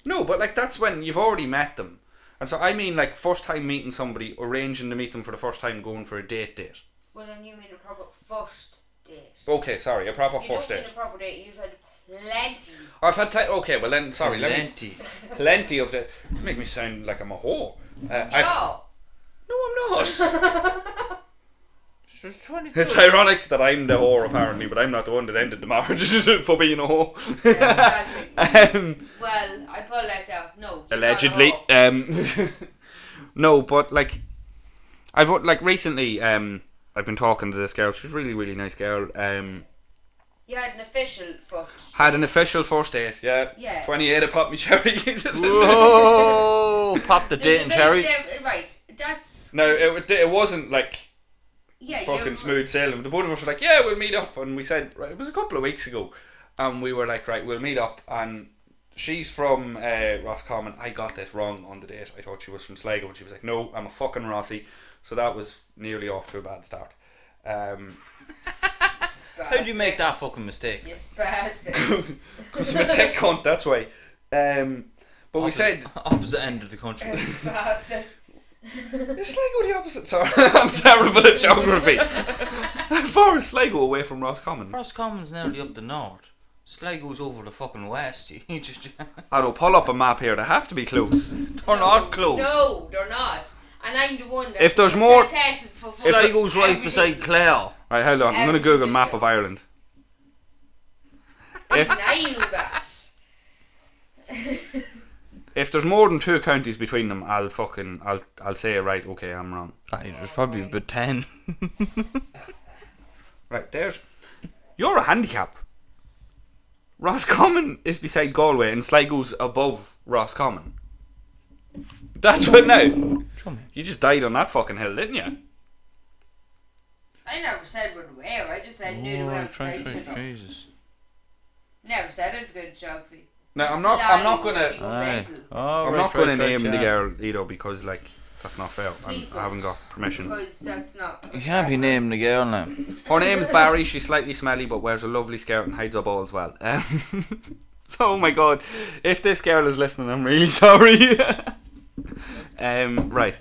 Speaker 2: no, but like that's when you've already met them, and so I mean like first time meeting somebody, arranging to meet them for the first time, going for a date date.
Speaker 4: Well, then you mean a proper first date.
Speaker 2: Okay, sorry, a proper
Speaker 4: you
Speaker 2: first
Speaker 4: don't
Speaker 2: date.
Speaker 4: mean a proper date. You've had plenty.
Speaker 2: I've had plenty. Okay, well then, sorry, let me
Speaker 1: plenty.
Speaker 2: plenty of the make me sound like I'm a whore. Uh, I've,
Speaker 4: No.
Speaker 2: no, I'm not.
Speaker 1: There's twenty.
Speaker 2: It's ironic that I'm the whore apparently, but I'm not the one that ended the marriage for being a whore.
Speaker 4: Exactly.
Speaker 2: um,
Speaker 4: well, I probably like that. No. you're
Speaker 2: allegedly,
Speaker 4: not a whore.
Speaker 2: um, no, but like, I've like recently, um, I've been talking to this girl. She's a really, really nice girl. Um,
Speaker 4: You had an official first.
Speaker 2: had an official first date. Yeah,
Speaker 4: Yeah.
Speaker 2: twenty-eight. I popped me cherry.
Speaker 1: Whoa! Pop the
Speaker 4: There's a
Speaker 1: date and
Speaker 4: big
Speaker 1: cherry.
Speaker 4: diff- right. That's
Speaker 2: no, it, wa- it wasn't like
Speaker 4: yeah.
Speaker 2: fucking
Speaker 4: you're-
Speaker 2: smooth sailing. The both of us were like, yeah, we'll meet up, and we said right, it was a couple of weeks ago, and we were like, right, we'll meet up, and she's from uh, Roscommon. I got this wrong on the date. I thought she was from Sligo, and she was like, no, I'm a fucking Rossi. So that was nearly off to a bad start. Um,
Speaker 1: How would you make that fucking mistake?
Speaker 4: You spastic.
Speaker 2: because I'm a tech cunt, that's why. Um, but we said
Speaker 1: opposite end of the country.
Speaker 4: spastic.
Speaker 2: Is Sligo the opposite? Sorry, I'm terrible at geography. How far is Sligo away from Roscommon?
Speaker 1: Roscommon's nearly up the north. Sligo's over the fucking west. You just
Speaker 2: I don't pull up a map here. They have to be close.
Speaker 1: They're not close.
Speaker 4: No, they're not. And I'm the one that's
Speaker 2: If there's more-
Speaker 4: tested for fucking
Speaker 1: Sligo's right
Speaker 4: everything.
Speaker 1: beside Clare.
Speaker 2: Right, hold on. I'm going to Google
Speaker 4: Absolutely.
Speaker 2: map of Ireland. If
Speaker 4: And I knew that.
Speaker 2: if there's more than two counties between them, I'll fucking I'll I'll say right. Okay, I'm wrong.
Speaker 1: Aye, there's probably about ten.
Speaker 2: Right, there's you're a handicap. Roscommon is beside Galway, and Sligo's above Roscommon. That's what now.
Speaker 1: Show me.
Speaker 2: You just died on that fucking hill, didn't you?
Speaker 4: I never said what where. I just said knew the way beside you.
Speaker 1: Jesus.
Speaker 4: Never said it was good geography.
Speaker 2: No,
Speaker 4: It's
Speaker 2: I'm not. I'm not
Speaker 4: lying,
Speaker 2: gonna.
Speaker 4: you
Speaker 1: Aye.
Speaker 4: mental.
Speaker 1: Oh,
Speaker 2: I'm
Speaker 1: right,
Speaker 2: not
Speaker 1: right,
Speaker 2: gonna
Speaker 1: right,
Speaker 2: name the
Speaker 1: yeah.
Speaker 2: girl either because like that's not fair. I'm,
Speaker 4: Please
Speaker 2: I haven't
Speaker 4: don't.
Speaker 2: got permission.
Speaker 4: Because that's not.
Speaker 1: You can't be named the girl now.
Speaker 2: Her name's Barry. She's slightly smelly, but wears a lovely skirt and hides her balls well. Um, so, oh my god, if this girl is listening, I'm really sorry. um, right.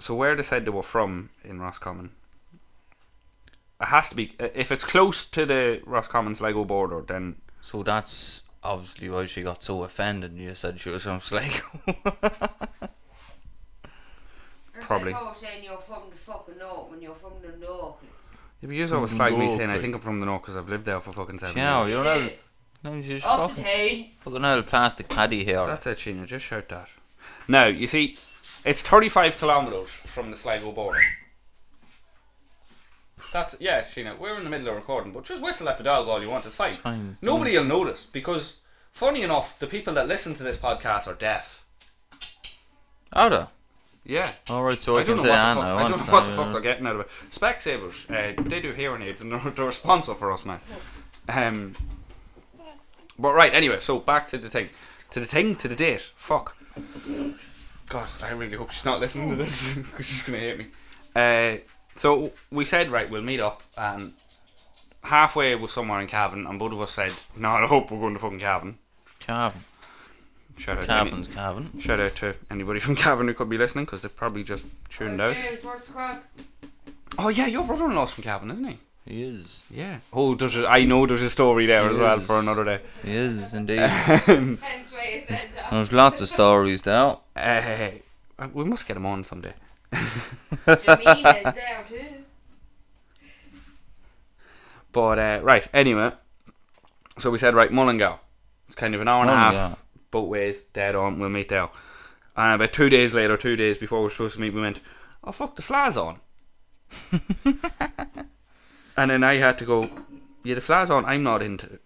Speaker 2: So, where they said they were from in Roscommon, it has to be uh, if it's close to the Roscommon Sligo border, then
Speaker 1: So that's obviously why she got so offended. You said she was from Sligo.
Speaker 4: There's
Speaker 2: Probably.
Speaker 4: Like how "Oh, saying you're from the fucking north when you're from the north.
Speaker 2: if you always slag me saying I
Speaker 3: Lovely.
Speaker 2: think I'm from the north because I've lived there for fucking seven
Speaker 1: yeah, oh,
Speaker 2: years.
Speaker 1: you're not. No, she's
Speaker 4: Up to
Speaker 1: fucking,
Speaker 4: town.
Speaker 1: fucking old plastic paddy here.
Speaker 2: That's it, Sheena. Just shout that. Now, you see, it's 35 kilometres from the Sligo border. That's, yeah, Sheena, we're in the middle of recording, but just whistle at the dog all you want, it's fine.
Speaker 1: fine.
Speaker 2: Nobody will notice because, funny enough, the people that listen to this podcast are deaf.
Speaker 1: Are they?
Speaker 2: Yeah.
Speaker 1: Alright, so I,
Speaker 2: I
Speaker 1: can
Speaker 2: don't know what
Speaker 1: say
Speaker 2: the
Speaker 1: Anna.
Speaker 2: fuck, I
Speaker 1: want
Speaker 2: don't
Speaker 1: to
Speaker 2: know what the
Speaker 1: say,
Speaker 2: fuck they're getting out of it. Specsavers, uh, they do hearing aids and they're, they're a sponsor for us now. Um, but right, anyway, so back to the thing. To the thing, to the date. Fuck. God, I really hope she's not listening to this 'cause she's going to hate me. Uh, so we said, right, we'll meet up and halfway was somewhere in Cavan and both of us said, no, I hope we're going to fucking Cavan.
Speaker 1: Calvin.
Speaker 2: Shout out, to any-
Speaker 1: Calvin's Calvin.
Speaker 2: shout out to anybody from Cavan who could be listening because they've probably just tuned out.
Speaker 4: James, what's the crap?
Speaker 2: Oh yeah, your brother-in-law's from Cavan, isn't he?
Speaker 1: He is.
Speaker 2: Yeah. Oh, there's a, I know there's a story there as well for
Speaker 1: Yes.
Speaker 2: another day.
Speaker 1: He is indeed.
Speaker 4: Hence why you said that.
Speaker 1: There's lots of stories there.
Speaker 2: uh, we must get him on someday.
Speaker 4: Jamina's there too.
Speaker 2: But uh, right, anyway. So we said right, Mullingar. It's kind of an hour and a
Speaker 1: Mullingar.
Speaker 2: half both ways. Dead on. We'll meet there. And about two days later, two days before we were supposed to meet, we went, "Oh fuck, the fly's on." and then I had to go. Yeah, the fly's on. I'm not into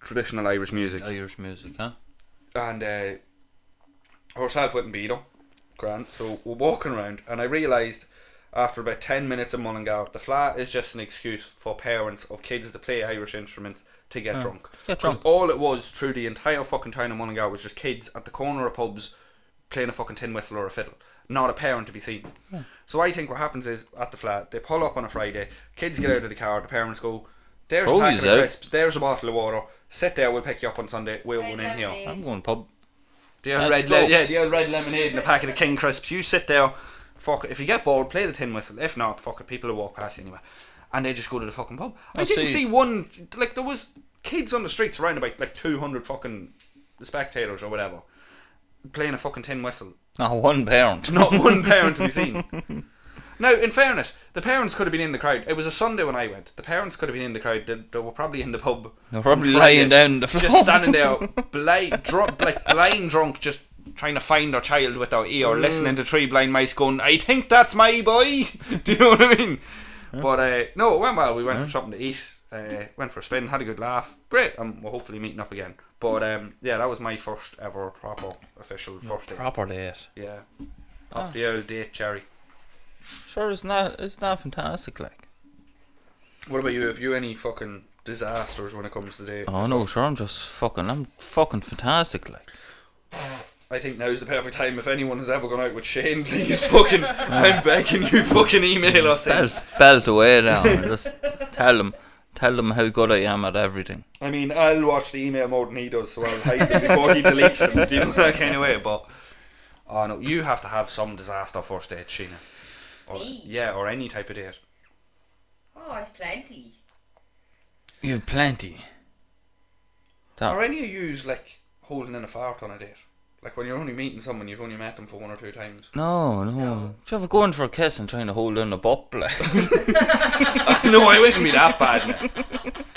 Speaker 2: traditional Irish music.
Speaker 1: Irish music, huh?
Speaker 2: and uh, herself wouldn't beat him. Grant. So we're walking around, and I realised after about 10 minutes of Mullingar, the flat is just an excuse for parents of kids to play Irish instruments to get drunk.
Speaker 1: Oh. Get
Speaker 2: 'Cause
Speaker 1: drunk.
Speaker 2: all it was through the entire fucking town of Mullingar was just kids at the corner of pubs playing a fucking tin whistle or a fiddle. Not a parent to be seen. So I think what happens is at the flat, they pull up on a Friday, kids get out of the car, the parents go, there's
Speaker 1: Throw
Speaker 2: a packet
Speaker 1: yous
Speaker 2: of
Speaker 1: out."
Speaker 2: crisps, there's a bottle of water, sit there, we'll pick you up on Sunday, we'll
Speaker 4: Red
Speaker 2: run in here.
Speaker 4: lemonade.
Speaker 1: I'm going pub.
Speaker 2: The old
Speaker 1: Let's
Speaker 2: red,
Speaker 1: go.
Speaker 2: le- yeah, the old red lemonade and a packet of King Crisps. You sit there, fuck it. If you get bored, play the tin whistle. If not, fuck it. People will walk past you anyway, and they just go to the fucking pub. I
Speaker 1: I
Speaker 2: didn't
Speaker 1: see.
Speaker 2: see one. Like there was kids on the streets around about like two hundred fucking spectators or whatever playing a fucking tin whistle.
Speaker 1: Not one parent.
Speaker 2: Not one parent to be seen. Now, in fairness, the parents could have been in the crowd. It was a Sunday when I went. The parents could have been in the crowd. They, they were probably in the pub.
Speaker 1: They're probably
Speaker 2: on Friday,
Speaker 1: lying down on the
Speaker 2: Just
Speaker 1: floor.
Speaker 2: standing there, blind, drunk, like blind drunk, just trying to find their child with their ear,
Speaker 1: Mm.
Speaker 2: listening to three blind mice going, I think that's my boy. Do you know what I mean? But uh, no, it went well. We went for something to eat, uh, went for a spin, had a good laugh. Great. And we're hopefully meeting up again. But um, yeah, that was my first ever proper official first date.
Speaker 1: Proper date.
Speaker 2: Yeah. Up the old date, Cherry.
Speaker 1: Sure, it's not. It's not fantastic, like.
Speaker 2: What about you? Have you any fucking disasters when it comes to date?
Speaker 1: Oh no, sure. I'm just fucking. I'm fucking fantastic, like.
Speaker 2: I think now's the perfect time. If anyone has ever gone out with Shane, please fucking, I'm begging you, fucking email us. in.
Speaker 1: Belt, belt away down. and just tell them, tell them how good I am at everything.
Speaker 2: I mean, I'll watch the email more than he does, so I'll hide them before he deletes them. Do you know that kind of way? But oh no, you have to have some disaster first date, Sheena. Or,
Speaker 4: Me?
Speaker 2: yeah, or any type of date.
Speaker 4: Oh, it's plenty.
Speaker 1: You've plenty.
Speaker 2: Are
Speaker 1: That,
Speaker 2: any of yous like holding in a fart on a date? Like when you're only meeting someone, you've only met them for one or two times.
Speaker 1: no, no, no. Do you ever go in for a kiss and trying to hold in a butt, like?
Speaker 2: no, I wouldn't be that bad. now.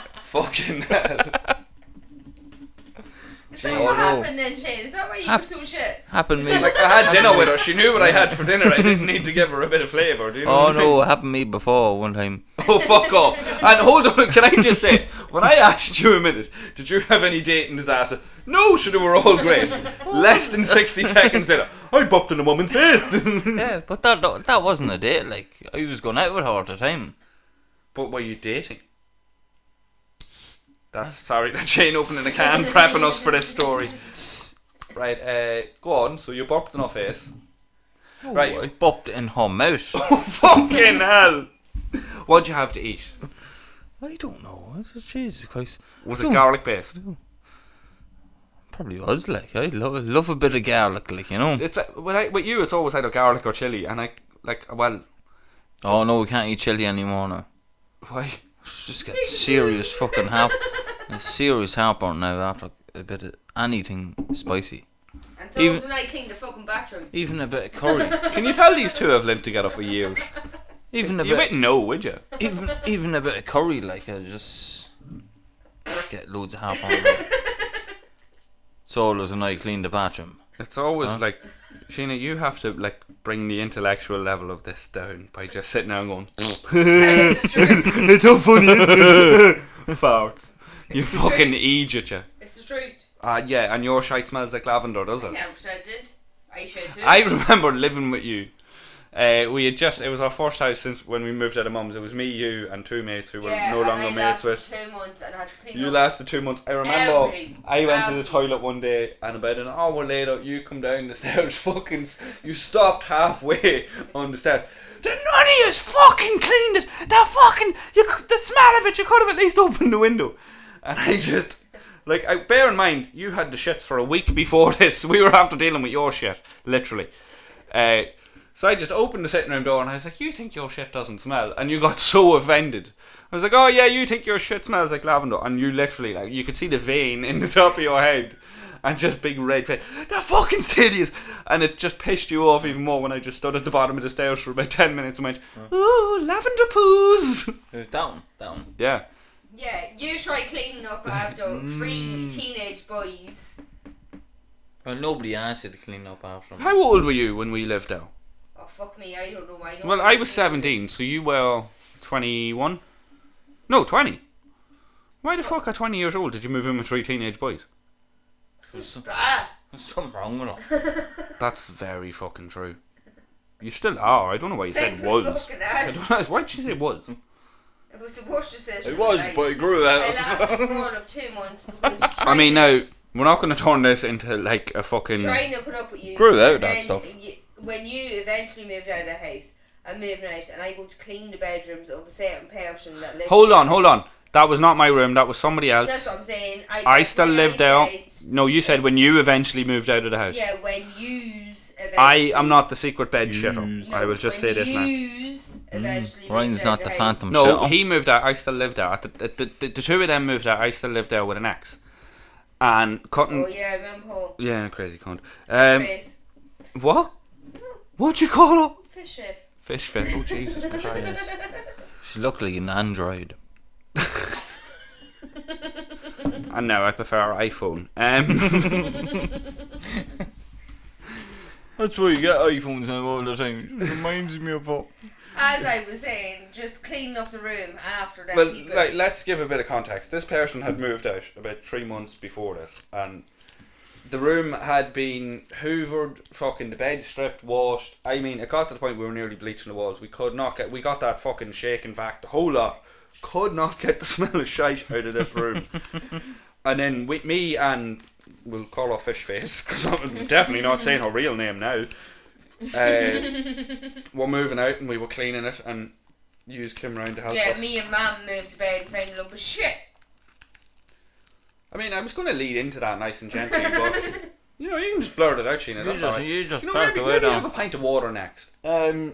Speaker 2: Fucking hell.
Speaker 4: Is
Speaker 2: Gee,
Speaker 4: that what
Speaker 1: oh, no.
Speaker 4: happened then, Shane? Is that why you
Speaker 1: Hap-
Speaker 4: were so shit?
Speaker 1: Happened me.
Speaker 2: Like I had dinner with her. She knew what I had for dinner. I didn't need to give her a bit of flavour. Do you know?
Speaker 1: Oh
Speaker 2: what I mean?
Speaker 1: no, it happened me before one time.
Speaker 2: Oh fuck off! And hold on, can I just say, when I asked you a minute, did you have any dating disaster? No, sure they were all great. Less than sixty seconds later, I bopped in a woman's head.
Speaker 1: Yeah, but that that wasn't a date. Like I was going out with her at the time.
Speaker 2: but were you dating? That's sorry, that Shane opening a can, prepping us for this story. Right, uh, go on. So you bopped in her face. Right.
Speaker 1: I bopped in her mouth.
Speaker 2: Fucking hell! What'd you have to eat?
Speaker 1: I don't know. I said, Jesus Christ.
Speaker 2: Was it
Speaker 1: Don't-
Speaker 2: garlic based?
Speaker 1: Probably was like I love love a bit of garlic, like you know.
Speaker 2: It's uh, with, I, with you. It's always either garlic or chili, and I like well,
Speaker 1: Oh no, we can't eat chili anymore now.
Speaker 2: why?
Speaker 1: It's just get serious fucking harp, a serious heartburn now after a bit of anything spicy,
Speaker 4: And so it was
Speaker 1: Even-
Speaker 4: when I cleaned the fucking bathroom.
Speaker 1: even a bit of curry,
Speaker 2: Can you tell these two have lived together for years?
Speaker 1: even a
Speaker 2: You
Speaker 1: bit,
Speaker 2: wouldn't know, would you?
Speaker 1: even even a bit of curry. Like I just get loads of heartburn. now. so it was when I cleaned the bathroom.
Speaker 2: It's always
Speaker 1: Huh?
Speaker 2: like, Sheena, you have to like bring the intellectual level of this down by just sitting there and going, "Oh."
Speaker 4: That is the truth.
Speaker 3: it's so funny. Farts.
Speaker 2: you fucking idiot, you.
Speaker 4: It's the truth.
Speaker 2: Uh, yeah, and your shite smells like lavender, does it?
Speaker 4: Never said it. I should too.
Speaker 2: Uh, I remember living with you. Uh, we had just, it was our first house since when we moved out of mum's. It was me, you, and two mates who were
Speaker 4: yeah,
Speaker 2: no
Speaker 4: and
Speaker 2: longer
Speaker 4: I
Speaker 2: mates
Speaker 4: lasted
Speaker 2: with.
Speaker 4: two months and had to clean
Speaker 2: You
Speaker 4: up.
Speaker 2: lasted two months. I remember
Speaker 4: Every
Speaker 2: I went to the
Speaker 4: house
Speaker 2: toilet
Speaker 4: was-
Speaker 2: one day and about an hour later you come down the stairs fucking s- you stopped halfway on the stairs. The none of yous fucking cleaned it! The fucking you c- the smell of it you could have at least opened the window. And I just like I bear in mind you had the shits for a week before this. We were after dealing with your shit, literally. Uh, so I just opened the sitting room door and I was like, You think your shit doesn't smell? And you got so offended. I was like, Oh yeah, you think your shit smells like lavender and you literally like you could see the vein in the top of your head and just big red face. That fucking hideous and it just pissed you off even more when I just stood at the bottom of the stairs for about ten minutes and went, Ooh, lavender poos
Speaker 1: Down, down.
Speaker 2: Yeah.
Speaker 4: Yeah, you try cleaning up after
Speaker 2: Mm.
Speaker 4: three teenage boys.
Speaker 1: Well, nobody asked you to clean up after them.
Speaker 2: How old were you when we lived out?
Speaker 4: Oh fuck me, I don't know why. no
Speaker 2: Well,
Speaker 4: one
Speaker 2: I was
Speaker 4: listened
Speaker 2: 17,
Speaker 4: to
Speaker 2: so you were 21? No, 20. Why the fuck at 20 years old did you move in with three teenage boys?
Speaker 4: this. It's just bad.
Speaker 1: There's something wrong with it.
Speaker 2: That's very fucking true. You still are. I don't know why you said
Speaker 4: Second
Speaker 2: was.
Speaker 4: fucking
Speaker 2: I
Speaker 4: ad.
Speaker 2: don't know. Why'd she say was?
Speaker 4: It was the worst decision.
Speaker 1: It was,
Speaker 4: I-
Speaker 1: but it grew
Speaker 4: I
Speaker 1: out.
Speaker 4: lasted for all of two months because
Speaker 2: I
Speaker 4: trying
Speaker 2: mean,
Speaker 4: to-
Speaker 2: now, we're not going to turn this into like a fucking.
Speaker 4: trying to put up with you.
Speaker 1: Grew out
Speaker 4: and
Speaker 1: that
Speaker 4: then
Speaker 1: stuff.
Speaker 4: You, when you eventually moved out of the house, I moved out and I go to clean the bedrooms of a certain person that lived.
Speaker 2: Hold
Speaker 4: in
Speaker 2: on,
Speaker 4: the
Speaker 2: hold on.
Speaker 4: house.
Speaker 2: That was not my room, that was somebody
Speaker 4: That's
Speaker 2: else.
Speaker 4: what I'm saying. I,
Speaker 2: I still
Speaker 4: when
Speaker 2: lived
Speaker 4: I
Speaker 2: out.
Speaker 4: said-
Speaker 2: No, you said when you eventually moved out of the house.
Speaker 4: Yeah, when yous. Eventually,
Speaker 2: I am not the secret bed shitter.
Speaker 3: Use.
Speaker 2: I will just say this now.
Speaker 4: Yous eventually. moved
Speaker 1: Mm, Ryan's
Speaker 4: out
Speaker 1: not
Speaker 4: of
Speaker 1: the
Speaker 4: house.
Speaker 1: phantom.
Speaker 2: No,
Speaker 1: Shut up.
Speaker 2: he moved out. I still lived out. The, the, the, the two of them moved out. I still lived there with an axe, and cutting.
Speaker 4: Oh yeah, I remember home.
Speaker 2: yeah. crazy cunt.
Speaker 4: Fish
Speaker 2: Um,
Speaker 4: face.
Speaker 2: what? What'd you call her?
Speaker 4: Fish face.
Speaker 2: Fish fit. Oh Jesus Christ!
Speaker 1: She looked like an android.
Speaker 2: and now I prefer iPhone. Um,
Speaker 1: That's why you get iPhones now all the time. It reminds me of what.
Speaker 4: As I was saying, just cleaning up the room after that.
Speaker 2: well,
Speaker 4: you
Speaker 2: like,
Speaker 4: boys.
Speaker 2: let's give a bit of context. This person had moved out about three months before this, and the room had been hoovered, fucking the bed stripped, washed. I mean, it got to the point we were nearly bleaching the walls. We could not get. We got that fucking shaking fact. The whole lot could not get the smell of shite out of this room. and then with me and we'll call her Fish Face because I'm definitely not saying her real name now. Uh, we're moving out and we were cleaning it and. Use came round to help
Speaker 4: Yeah,
Speaker 2: us.
Speaker 4: me and Mum moved the bed and found a lump of shit.
Speaker 2: I mean, I was going to lead into that nice and gently, but you know, you can just blurt it out, Sheena.
Speaker 1: You
Speaker 2: That's
Speaker 1: just,
Speaker 2: alright.
Speaker 1: you just
Speaker 2: You know,
Speaker 1: parked
Speaker 2: maybe,
Speaker 1: away
Speaker 2: maybe have a
Speaker 1: down.
Speaker 2: pint of water next. Um.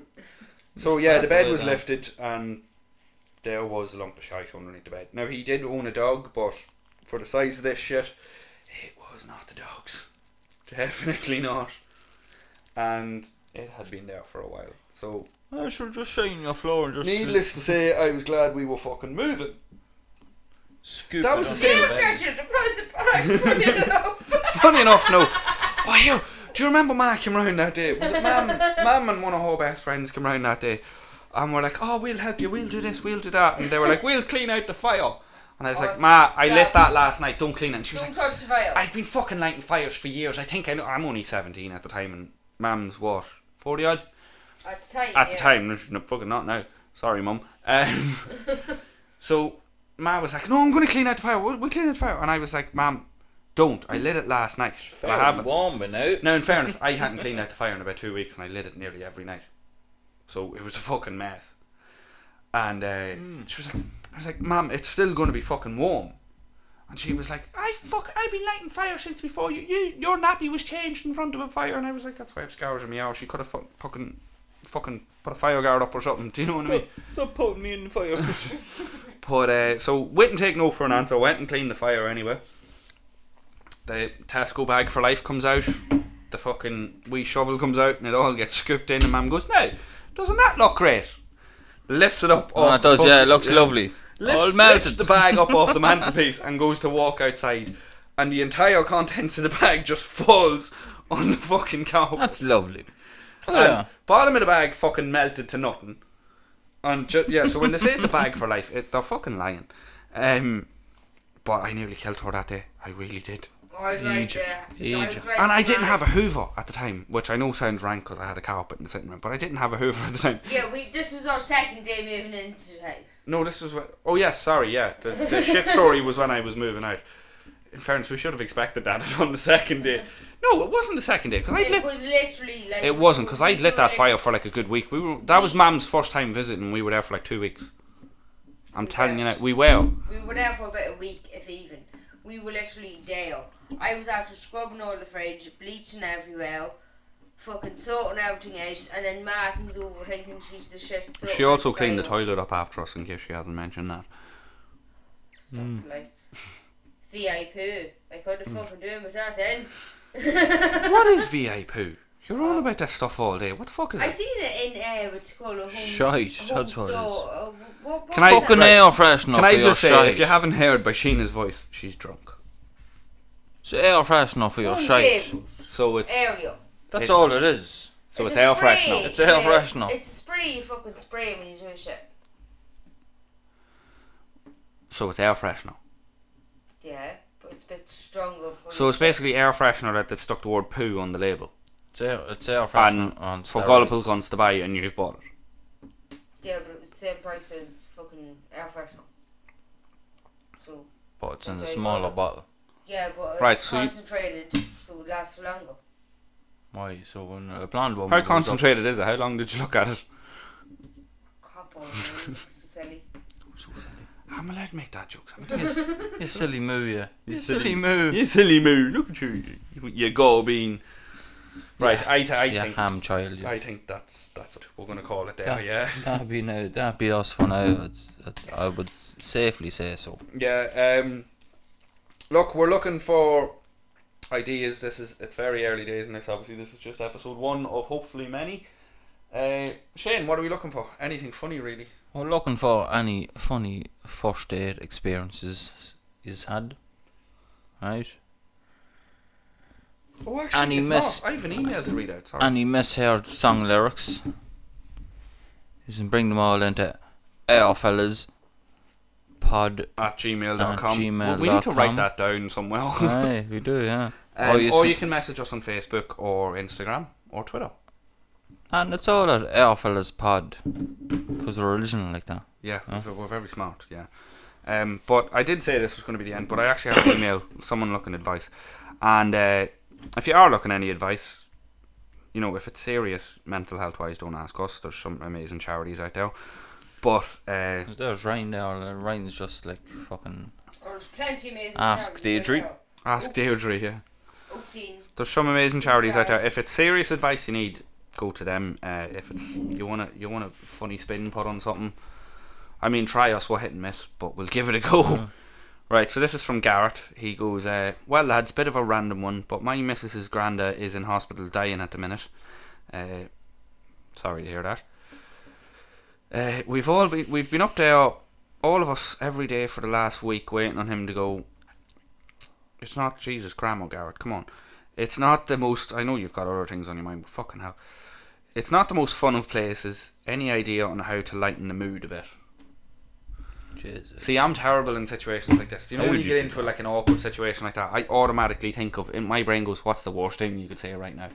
Speaker 2: So
Speaker 1: Just
Speaker 2: yeah,
Speaker 1: park
Speaker 2: the
Speaker 1: the
Speaker 2: bed
Speaker 1: way
Speaker 2: was
Speaker 1: down.
Speaker 2: lifted, and there was a lump of shite underneath the bed. Now he did own a dog, but for the size of this shit, it was not the dog's. Definitely not. And it had been there for a while. So
Speaker 1: I should just sit on your floor and just.
Speaker 2: needless to say, I was glad we were fucking moving.
Speaker 1: Scoop
Speaker 2: That
Speaker 1: it
Speaker 2: was the
Speaker 1: under
Speaker 2: same-
Speaker 1: your
Speaker 4: Yeah,
Speaker 1: bed.
Speaker 4: I should have posted back, put it up.
Speaker 2: Funny enough, no. Why you? Do you remember Ma came round that day? Was it Mam? Mam and one of her best friends came round that day, and we're like, "Oh, we'll help you. We'll do this. We'll do that." And they were like, "We'll clean out the fire." And I was
Speaker 4: Oh,
Speaker 2: like, "Ma, I lit
Speaker 4: stop.
Speaker 2: that last night. Don't clean it." And she was
Speaker 4: Don't
Speaker 2: like,
Speaker 4: touch the file.
Speaker 2: "I've been fucking lighting fires for years. I think I know. I'm only 17 at the time, and Mam's what 40 odd."
Speaker 4: At the time.
Speaker 2: at
Speaker 4: yeah.
Speaker 2: the time. no, No, fucking not now. Sorry, mum. Um, so, Ma was like, "No, I'm going to clean out the fire. We'll, we'll clean out the fire." And I was like, "Mom, don't.
Speaker 4: Mm.
Speaker 2: I lit it last night. I
Speaker 1: Fairly
Speaker 2: haven't."
Speaker 1: warm but now.
Speaker 2: Now, in fairness, I hadn't cleaned out the fire in about two weeks, and I lit it nearly every night. So it was a fucking mess. And uh, she was like, "I was like, Mom, it's still going to be fucking warm." And she was like, "I fuck, I've been lighting fire since before you. You, your nappy was changed in front of a fire." And I was like, "That's why I've scours in my house. She could have fu- fucking, fucking put a fire guard up or something. Do you know what I mean?"
Speaker 1: Stop putting me in the fire.
Speaker 2: But uh, so wait and take no for an answer. Went and cleaned the fire anyway. The Tesco bag for life comes out. The fucking wee shovel comes out, and it all gets scooped in. And Mum goes, "No, doesn't that look great?" Lifts it up.
Speaker 1: oh,
Speaker 2: off
Speaker 1: it
Speaker 2: the
Speaker 1: does,
Speaker 2: fucking-
Speaker 1: yeah, it looks lovely.
Speaker 2: Lifts,
Speaker 1: All
Speaker 2: lifts
Speaker 1: melted.
Speaker 2: the bag up off the mantelpiece and goes to walk outside, and the entire contents of the bag just falls on the fucking cow.
Speaker 1: That's lovely.
Speaker 2: And
Speaker 1: Oh, yeah.
Speaker 2: Bottom of the bag fucking melted to nothing. And ju- yeah, so when they say it's a bag for life, it, they're fucking lying. Um, but I nearly killed her that day. I really did.
Speaker 4: I was right
Speaker 1: Egypt.
Speaker 4: there. I was
Speaker 1: Egypt.
Speaker 4: right
Speaker 2: And I
Speaker 4: there.
Speaker 2: didn't have a Hoover at the time, which I know sounds rank because I had a carpet in the sitting room, but I didn't have a Hoover at the time.
Speaker 4: Yeah, we. This was our second day moving into the house.
Speaker 2: No, this was when. Oh, yeah, sorry, yeah. The, the shit story was when I was moving out. In fairness, we should have expected that on the second day. No, it wasn't the second day because I'd
Speaker 4: It
Speaker 2: let
Speaker 4: was literally like.
Speaker 2: It wasn't because
Speaker 4: we
Speaker 2: I'd lit that
Speaker 4: were
Speaker 2: fire for like a good week. We were that was
Speaker 4: We-
Speaker 2: Mam's first time visiting. We were there for like two weeks. I'm
Speaker 4: We
Speaker 2: telling you
Speaker 4: weren't.
Speaker 2: now, we were.
Speaker 4: We were there for about a week, if even. We were literally day up. I was after scrubbing all the fridge, bleaching everywhere, fucking sorting everything out, and then Martin's over thinking she's the shit. So
Speaker 2: She also cleaned the toilet up after us, in case she hasn't mentioned that.
Speaker 4: VIP. I couldn't
Speaker 2: Mm.
Speaker 4: fucking do it with that then.
Speaker 2: what is VA poo? You're on about that stuff all day. What the fuck is
Speaker 4: I
Speaker 2: it?
Speaker 4: seen it in uh, what's it called a home.
Speaker 1: Shite,
Speaker 4: home
Speaker 1: that's what it is.
Speaker 4: store, uh, what, what
Speaker 2: Can I-
Speaker 4: was
Speaker 1: Fucking
Speaker 4: that?
Speaker 1: air freshener.
Speaker 2: Can I
Speaker 1: for your
Speaker 2: just say,
Speaker 1: shite.
Speaker 2: if you haven't heard by Sheena's voice, she's drunk.
Speaker 1: It's air freshener for your
Speaker 4: Home
Speaker 1: shite.
Speaker 4: savings
Speaker 2: So it's
Speaker 4: Area.
Speaker 1: That's
Speaker 2: It-
Speaker 1: all it is.
Speaker 2: so it's, air
Speaker 4: a spray.
Speaker 2: freshener.
Speaker 1: It's air
Speaker 4: Yeah,
Speaker 1: freshener.
Speaker 4: It's a spray you fucking spray when you're doing shit.
Speaker 2: So it's air freshener.
Speaker 4: Yeah, but it's a bit stronger for
Speaker 2: So it's basically air freshener that they've stuck the word poo on the label.
Speaker 1: It's air, it's air freshener
Speaker 2: And
Speaker 1: on
Speaker 2: for
Speaker 1: steroids.
Speaker 2: gullible guns to buy, and you've bought it.
Speaker 4: Yeah, but it was the same price as fucking air freshener. So
Speaker 1: But it's in
Speaker 4: That's
Speaker 1: a
Speaker 4: how you
Speaker 1: smaller
Speaker 4: got it.
Speaker 1: bottle.
Speaker 4: yeah, but it's
Speaker 2: Right, so you-
Speaker 4: concentrated, so it lasts longer.
Speaker 1: Why? So uh, when a blonde woman.
Speaker 2: How
Speaker 1: goes up-
Speaker 2: concentrated is it? How long did you look at it?
Speaker 4: Cop on, man, so silly.
Speaker 2: I'm allowed to make that joke. sometimes.
Speaker 1: You silly moo, you. You
Speaker 3: silly-
Speaker 1: silly moo.
Speaker 3: You silly moo, look at
Speaker 2: you, you gorbeen. Right, I, I
Speaker 1: You
Speaker 2: think
Speaker 1: ham child. You.
Speaker 2: I think that's that's it. We're gonna call it there. Yeah,
Speaker 1: That'd be no. That'd be us for now. It's, it, I would safely say so.
Speaker 2: yeah. um, look, we're looking for ideas. This is it's very early days, and this obviously this is just episode one of hopefully many. Uh, Shane, what are we looking for? Anything funny, really?
Speaker 1: We're looking for any funny first aid experiences is had, right?
Speaker 2: Oh, actually,
Speaker 1: Any
Speaker 2: it's
Speaker 1: miss-
Speaker 2: not. I have an email to read out. Sorry.
Speaker 1: Any misheard song lyrics? You can bring them all into our fellas pod.
Speaker 2: at gmail.com.
Speaker 1: At gmail.com.
Speaker 2: We need to write that down somewhere.
Speaker 1: Aye, we do, yeah. Or
Speaker 2: Um,
Speaker 1: Oh, you
Speaker 2: or
Speaker 1: s-
Speaker 2: you can message us on Facebook or Instagram or Twitter.
Speaker 1: And it's all at our fellas pod, because we're original like that.
Speaker 2: Yeah,
Speaker 1: Huh?
Speaker 2: we're- we're very smart. Yeah. Um, but I did say this was going to be the end, but I actually have an email, someone looking advice. And uh, if you are looking any advice, you know, if it's serious mental health wise, don't ask us. There's some amazing charities out there. But uh,
Speaker 1: 'Cause There's Ryan there, and Ryan's just like fucking.
Speaker 4: Or there's plenty amazing.
Speaker 1: Ask Deirdre.
Speaker 2: ask Deirdre, yeah.
Speaker 4: Oateen.
Speaker 2: There's some amazing charities out there.
Speaker 4: Exact.
Speaker 2: If it's serious advice you need, go to them. Uh, if it's you want to you want a funny spin put on something, I mean try us. We're hit and miss, but we'll give it a go. Right, so this is from Garrett. He goes, uh, "Well, lads, bit of a random one, but my missus's granda is in hospital dying at the minute. Uh, sorry to hear that. Uh, we've all been we've been up there, all of us, every day for the last week, waiting on him to go. It's not Jesus, Grandma Garrett. Come on, it's not the most. I know you've got other things on your mind, but fucking hell, it's not the most fun of places. Any idea on how to lighten the mood a bit?
Speaker 1: Jesus.
Speaker 2: See, I'm terrible in situations like this. You know,
Speaker 1: How
Speaker 2: when
Speaker 1: would
Speaker 2: you
Speaker 1: you
Speaker 2: get
Speaker 1: do
Speaker 2: into like an awkward situation like that, I automatically think of in my brain goes, "What's the worst thing you could say right now?"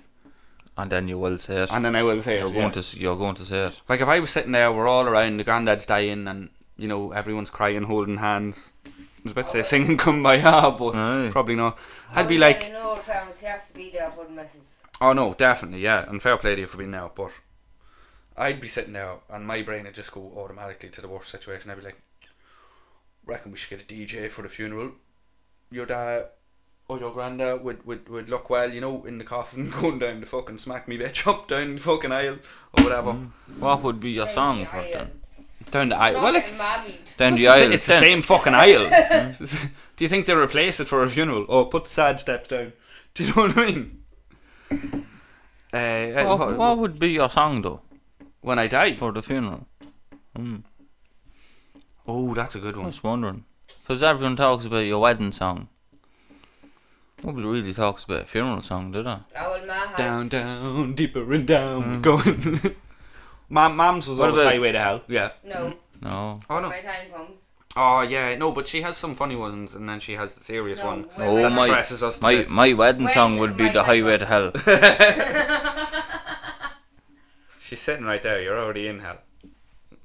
Speaker 1: And then you will say it.
Speaker 2: And then I will say,
Speaker 1: you're
Speaker 2: it,
Speaker 1: going
Speaker 2: yeah.
Speaker 1: to. s- You're going to say it.
Speaker 2: Like if I was sitting there, we're all around, the granddad's dying, and you know everyone's crying, holding hands. I was about to say singing "Come by Ya," but
Speaker 1: Aye.
Speaker 2: probably not. I'd
Speaker 4: Oh,
Speaker 2: be
Speaker 4: yeah,
Speaker 2: like,
Speaker 4: in all fairness, he has to be there for the missus.
Speaker 2: Oh no, definitely, yeah. And fair play to you for being there, but I'd be sitting there and my brain would just go automatically to the worst situation. I'd be like, reckon we should get a DJ for the funeral. Your dad or your granddad would, would, would look well, you know, in the coffin going down the fucking smack me bitch up down the fucking aisle or whatever.
Speaker 1: What would be your song
Speaker 4: Tiny
Speaker 1: for
Speaker 4: island.
Speaker 1: that?
Speaker 2: Down the aisle.
Speaker 4: Not
Speaker 2: Well,
Speaker 4: getting
Speaker 2: it's,
Speaker 4: married.
Speaker 1: Down
Speaker 2: it's
Speaker 1: the
Speaker 2: the sa-
Speaker 1: aisle.
Speaker 2: it's the
Speaker 1: then.
Speaker 2: same fucking aisle. Do you think they replace it for a funeral? Oh, put the sad steps down. Do you know what I mean? Uh, uh,
Speaker 1: What, what would be your song though
Speaker 2: when I die.
Speaker 1: for the funeral?
Speaker 2: Oh, that's a good
Speaker 1: I
Speaker 2: one. Oh,
Speaker 4: Oh,
Speaker 1: was wondering, because everyone talks about your wedding song. Nobody really talks about a funeral song, do they?
Speaker 4: Oh, well, Ma has.
Speaker 2: Down, down, deeper and down. Going. My mum's Mm. was
Speaker 1: What
Speaker 2: always
Speaker 1: about-
Speaker 2: Highway to Hell. Yeah.
Speaker 4: No,
Speaker 1: No.
Speaker 2: Oh no.
Speaker 4: my time comes.
Speaker 2: Oh yeah. No, but she has some funny ones, and then she has the serious
Speaker 4: No,
Speaker 2: one.
Speaker 4: when
Speaker 1: Oh
Speaker 4: my-
Speaker 1: my-
Speaker 2: presses us. to
Speaker 1: My
Speaker 2: bits.
Speaker 1: my wedding
Speaker 4: When
Speaker 1: song would be
Speaker 4: my
Speaker 1: the
Speaker 4: time
Speaker 1: Highway to Hell.
Speaker 4: comes.
Speaker 2: She's sitting right there. You're already in hell.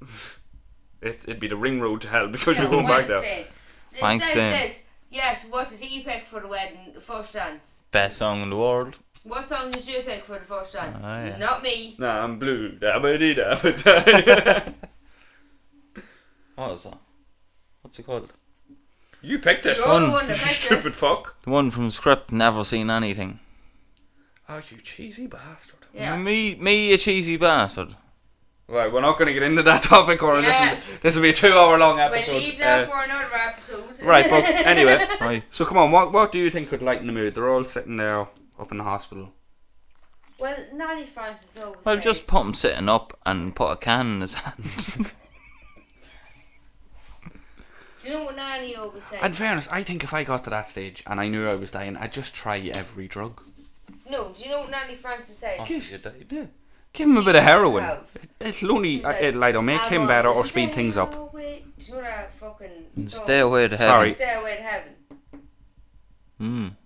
Speaker 2: it, it'd be the ring road to hell because you're
Speaker 4: No,
Speaker 2: going back there.
Speaker 4: Weinstein. It
Speaker 1: Weinstein.
Speaker 4: says this. Yes, what did he pick for the wedding, the first dance?
Speaker 1: Best song in the world.
Speaker 4: What song did you pick for the first dance?
Speaker 1: Ah, yeah.
Speaker 4: Not me.
Speaker 2: Nah, I'm blue. Da ba dee da ba da.
Speaker 1: What is that? What's it called?
Speaker 2: You picked this.
Speaker 4: You're the
Speaker 1: Son,
Speaker 4: one that
Speaker 2: You
Speaker 4: picked
Speaker 2: stupid
Speaker 4: it.
Speaker 2: fuck.
Speaker 1: The one from Script Never Seen Anything.
Speaker 2: Oh, you cheesy bastard.
Speaker 4: Yeah.
Speaker 1: Me me a cheesy bastard.
Speaker 2: Right, we're not going to get into that topic, or
Speaker 4: Yeah.
Speaker 2: this, is, this will be a two-hour-long episode.
Speaker 4: We'll leave that
Speaker 2: Uh,
Speaker 4: for another episode.
Speaker 2: Right, but anyway,
Speaker 1: Right.
Speaker 2: so come on, what what do you think could lighten the mood? They're all sitting there up in the hospital.
Speaker 4: Well, Nanny Francis always
Speaker 1: Well,
Speaker 4: says,
Speaker 1: just put him sitting up and put a can in his hand.
Speaker 4: Do you know what Nanny always says?
Speaker 2: In fairness, I think if I got to that stage and I knew I was dying, I'd just try every drug.
Speaker 4: no, do you know what Nanny Francis says?
Speaker 2: Yeah. Give him a bit of heroin.
Speaker 4: Health.
Speaker 2: It'll only
Speaker 4: She's like,
Speaker 2: it'll either make
Speaker 4: I
Speaker 2: him
Speaker 4: want
Speaker 2: better
Speaker 4: to
Speaker 2: or speed
Speaker 4: stay
Speaker 2: things up.
Speaker 4: away- Do you know that fucking song?
Speaker 1: Stay away to hell.
Speaker 2: Sorry.
Speaker 4: Stay away to heaven.
Speaker 1: Mm.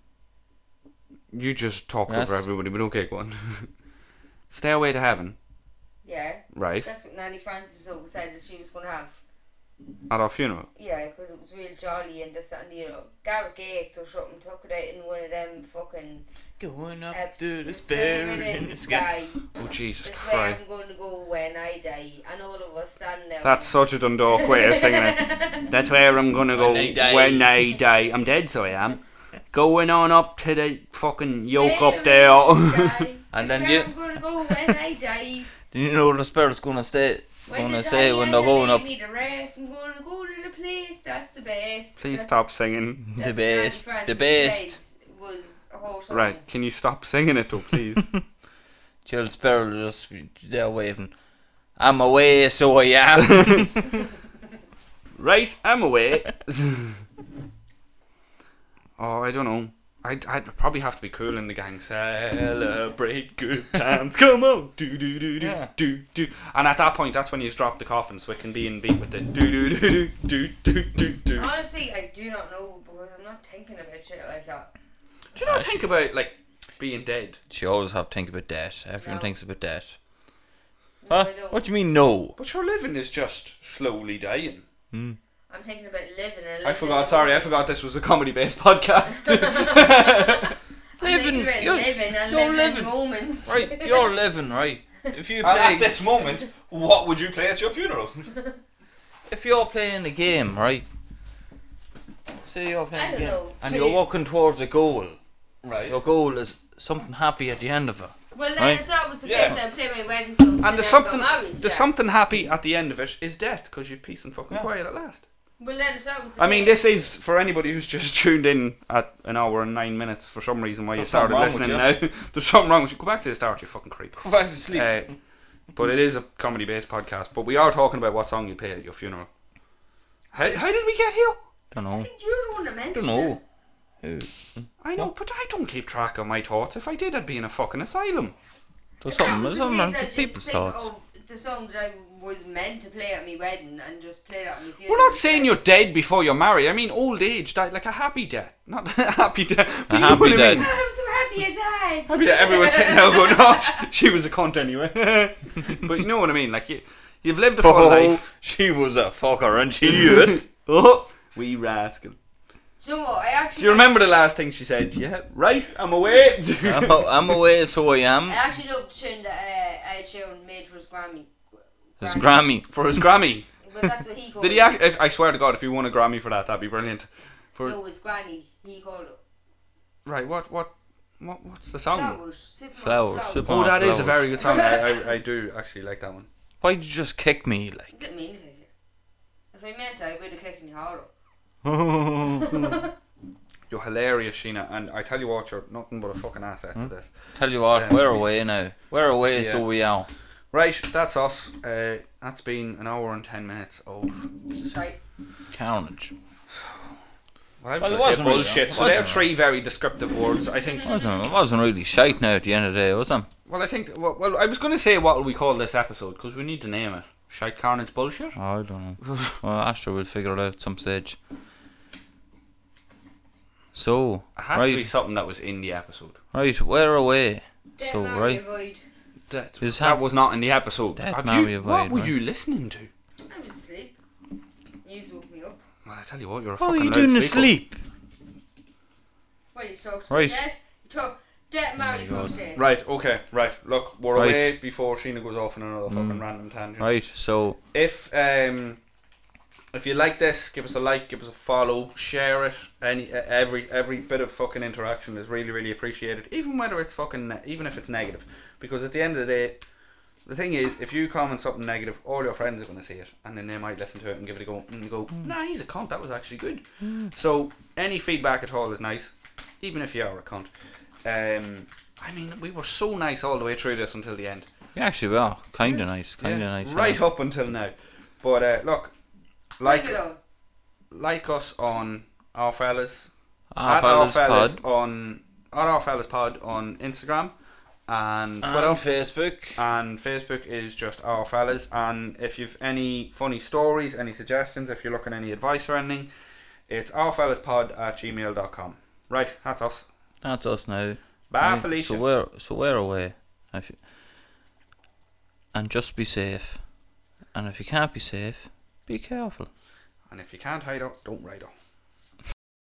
Speaker 2: You just talk
Speaker 1: Yes.
Speaker 2: over everybody, but okay, go on. Stay away to heaven,
Speaker 4: Yeah,
Speaker 2: right?
Speaker 4: that's what Nanny Francis always said that she was going to have.
Speaker 2: At our funeral.
Speaker 4: Yeah, because it was real jolly and this that, and you know, Gareth Gates or something took it out in one of them fucking
Speaker 1: Going up
Speaker 4: eps-
Speaker 1: to the
Speaker 4: It's Spirit in the sky.
Speaker 2: Oh Jesus
Speaker 4: That's where
Speaker 2: Christ!
Speaker 4: I'm going to go when I die, and all of us stand there.
Speaker 2: That's such a Dundalk way of singing it. That's where I'm gonna go
Speaker 1: When I die.
Speaker 2: when I die. I'm dead, so I am. Going on up to the fucking yoke up
Speaker 4: Spirit
Speaker 2: there.
Speaker 4: in the sky.
Speaker 1: And
Speaker 4: That's
Speaker 1: then
Speaker 4: where
Speaker 1: you-
Speaker 4: I'm going to go when I die.
Speaker 1: Do you know the spirit's gonna stay?
Speaker 4: When
Speaker 1: gonna
Speaker 4: the
Speaker 1: say
Speaker 4: die
Speaker 1: when
Speaker 4: and
Speaker 1: they're
Speaker 4: the
Speaker 1: going up
Speaker 4: lay me to rest, I'm going to go to the place that's the best.
Speaker 2: Please
Speaker 4: That's-
Speaker 2: stop singing.
Speaker 1: the
Speaker 4: that's what Nanny
Speaker 1: best, the
Speaker 4: Francis
Speaker 1: best.
Speaker 4: said Was a whole song.
Speaker 2: Right? Can you stop singing it though, please?
Speaker 1: Chill spirit will just be there waving. I'm away, so I am.
Speaker 2: right, I'm away. oh, I don't know. I'd, I'd probably have to be cool in the gang. Celebrate good times. Come on, do do do do
Speaker 1: Yeah.
Speaker 2: do do. And at that point, that's when you just drop the coffin, so it can be in beat with the do do do do do do do do.
Speaker 4: Honestly, I do not know because I'm not thinking about shit like that.
Speaker 2: Do you not think about like being dead?
Speaker 1: she always have to think about death. Everyone
Speaker 4: No.
Speaker 1: thinks about death.
Speaker 4: No,
Speaker 1: Huh?
Speaker 4: I don't.
Speaker 1: What do you mean no?
Speaker 2: But your living is just slowly dying.
Speaker 4: I'm thinking about living and living.
Speaker 2: I forgot. Sorry, I forgot this was a comedy-based podcast.
Speaker 4: I'm thinking
Speaker 1: Living,
Speaker 4: about
Speaker 1: you're-
Speaker 4: living and
Speaker 1: you're
Speaker 4: living,
Speaker 1: living.
Speaker 4: moments.
Speaker 1: Right, you're living, right? If you
Speaker 2: and
Speaker 1: play,
Speaker 2: at this moment, what would you play at your funeral?
Speaker 1: if you're playing a game, right? Say you're
Speaker 4: I
Speaker 1: playing a
Speaker 4: don't
Speaker 1: game,
Speaker 4: know.
Speaker 1: and
Speaker 2: Say-
Speaker 1: you're walking towards a goal.
Speaker 2: Right.
Speaker 1: Your goal is something happy at the end of it.
Speaker 4: Well, then
Speaker 1: Right.
Speaker 4: if that was the
Speaker 2: Yeah.
Speaker 4: case, I'd play my wedding songs
Speaker 2: And
Speaker 4: and,
Speaker 2: there's
Speaker 4: I'd got
Speaker 2: something,
Speaker 4: married,
Speaker 2: there's
Speaker 4: yeah.
Speaker 2: something happy at the end of it is death because you've peace and fucking
Speaker 1: Yeah.
Speaker 2: quiet at last.
Speaker 4: Well, then if that was the
Speaker 2: I mean,
Speaker 4: case-
Speaker 2: this is for anybody who's just tuned in at an hour and nine minutes for some reason why you
Speaker 1: There's
Speaker 2: started
Speaker 1: something
Speaker 2: listening.
Speaker 1: wrong
Speaker 2: Now there's something wrong with you. Go back to the start, you fucking creep.
Speaker 1: Go back to sleep.
Speaker 2: Uh, but it is a comedy-based podcast. But we are talking about what song you play at your funeral. How, how did we get here?
Speaker 1: don't know.
Speaker 4: You're the one that mentioned
Speaker 1: Don't
Speaker 4: it.
Speaker 1: know. Eh,
Speaker 2: I know, but I don't keep track of my thoughts. If I did, I'd be in a fucking asylum.
Speaker 1: There's
Speaker 4: If that
Speaker 1: something.
Speaker 4: was
Speaker 1: There's something
Speaker 4: the case,
Speaker 1: wrong
Speaker 4: I'd
Speaker 1: with
Speaker 4: just
Speaker 1: people's
Speaker 4: think oh,
Speaker 1: thoughts.
Speaker 4: of the song that I was meant to play at my wedding and just play that on my funeral.
Speaker 2: We're not saying you're dead before you're married. I mean, old age, di- like a happy death, not a happy death. but
Speaker 1: A
Speaker 2: you know
Speaker 1: happy
Speaker 2: what I
Speaker 1: death.
Speaker 2: mean.
Speaker 4: I'm so happy as I
Speaker 2: Happy death. Everyone's sitting there going, "Oh, sh- she was a cunt anyway." but you know what I mean. Like you, you've lived a full
Speaker 1: Oh,
Speaker 2: life.
Speaker 1: she was a fucker and she
Speaker 2: Oh, we rascal.
Speaker 4: Do you know what? I actually.
Speaker 2: Do you remember the last thing she said? Yeah, right. I'm away.
Speaker 1: I'm, a, oh, I'm away, so I
Speaker 4: I
Speaker 1: am.
Speaker 4: actually loved the tune that uh, Ed Sheeran made for his Grammy.
Speaker 1: It's Grammy.
Speaker 2: for his Grammy.
Speaker 4: Well, that's what he called
Speaker 2: Did he?
Speaker 4: it.
Speaker 2: Act- if, I swear to God, if he won a Grammy for that, that'd be brilliant. For
Speaker 4: No, his granny. He called it.
Speaker 2: right, what, what, what, what's the song?
Speaker 4: Flowers. Superman
Speaker 1: Flowers, Superman.
Speaker 2: Oh, that is a
Speaker 1: Flowers.
Speaker 2: very good eh? song. I, I, I do actually like that one.
Speaker 1: Why'd you just kick me? Like,
Speaker 4: Didn't mean to kick it. If I meant to, I would have kicked in your heart.
Speaker 2: You're hilarious, Sheena, and I tell you what, you're nothing but a fucking asset
Speaker 1: Hmm?
Speaker 2: to this.
Speaker 1: tell you what,
Speaker 2: Yeah.
Speaker 1: we're away now. We're away, so
Speaker 2: Yeah.
Speaker 1: we are.
Speaker 2: Right, that's us. Uh, that's been an hour and ten minutes of
Speaker 4: Right.
Speaker 1: Carnage.
Speaker 2: Well, I
Speaker 1: Well, it
Speaker 2: was gonna say
Speaker 1: wasn't really-
Speaker 2: bullshit.
Speaker 1: it Hmm.
Speaker 2: so they're
Speaker 1: wasn't.
Speaker 2: three very descriptive words. I think.
Speaker 1: Wasn't, it wasn't really shite now at the end of the day, was it?
Speaker 2: Well, I think. Well, well I was going to say what will we call this episode because we need to name it. Shite carnage bullshit.
Speaker 1: Oh, I don't know. well, Astro will figure it out at some stage. So,
Speaker 2: It has to be
Speaker 1: right,
Speaker 2: something that was in the episode.
Speaker 1: right, we're away.
Speaker 4: Dead
Speaker 1: So,
Speaker 4: man
Speaker 1: right.
Speaker 4: Void.
Speaker 2: That,
Speaker 1: Is
Speaker 2: that
Speaker 1: that-
Speaker 2: was not in the episode.
Speaker 1: That
Speaker 2: Have
Speaker 1: Mario
Speaker 2: you,
Speaker 1: Void,
Speaker 2: what were
Speaker 1: right?
Speaker 2: you listening to?
Speaker 4: I was asleep. You woke me up.
Speaker 2: Well, I tell you what, you're a
Speaker 1: What
Speaker 2: fucking
Speaker 1: are you
Speaker 2: loud
Speaker 1: doing asleep?
Speaker 2: sleeper.
Speaker 4: Well, you
Speaker 1: Right.
Speaker 4: talked
Speaker 1: Oh
Speaker 4: right. dead. You talked dead man Void. said.
Speaker 2: Right, okay, right. Look, we're
Speaker 1: Right. Mm.
Speaker 2: away before Sheena goes off on another fucking random tangent.
Speaker 1: Right, so,
Speaker 2: If um, if you like this, give us a like, give us a follow, share it. Any uh, every every bit of fucking interaction is really really appreciated. Even whether it's fucking ne- even if it's negative, because at the end of the day, the thing is, if you comment something negative, all your friends are going to see it, and then they might listen to it and give it a go and go, Nah, he's a cunt. That was actually good. So any feedback at all is nice, even if you are a cunt. Um, I mean, we were so nice all the way through this until the end.
Speaker 1: yeah, actually, we are kind of nice, kind of
Speaker 2: Yeah,
Speaker 1: nice. eh?
Speaker 2: Right
Speaker 1: yeah.
Speaker 2: up until now. But uh, look, like
Speaker 4: Bring it on.
Speaker 2: like us on our fellas,
Speaker 1: Ah,
Speaker 2: at our
Speaker 1: fellas,
Speaker 2: fellas
Speaker 1: pod.
Speaker 2: on at our fellas pod on Instagram and Twitter
Speaker 1: on Facebook.
Speaker 2: and Facebook is just our fellas. And if you've any funny stories, any suggestions, if you're looking any advice or anything, it's ourfellaspod at gmail.com. Right, that's us.
Speaker 1: That's us now.
Speaker 2: Bye,
Speaker 1: Right,
Speaker 2: Felicia.
Speaker 1: So we're so we're away. If you- and just be safe. And if you can't be safe, be careful.
Speaker 2: and if you can't hide up, don't ride up.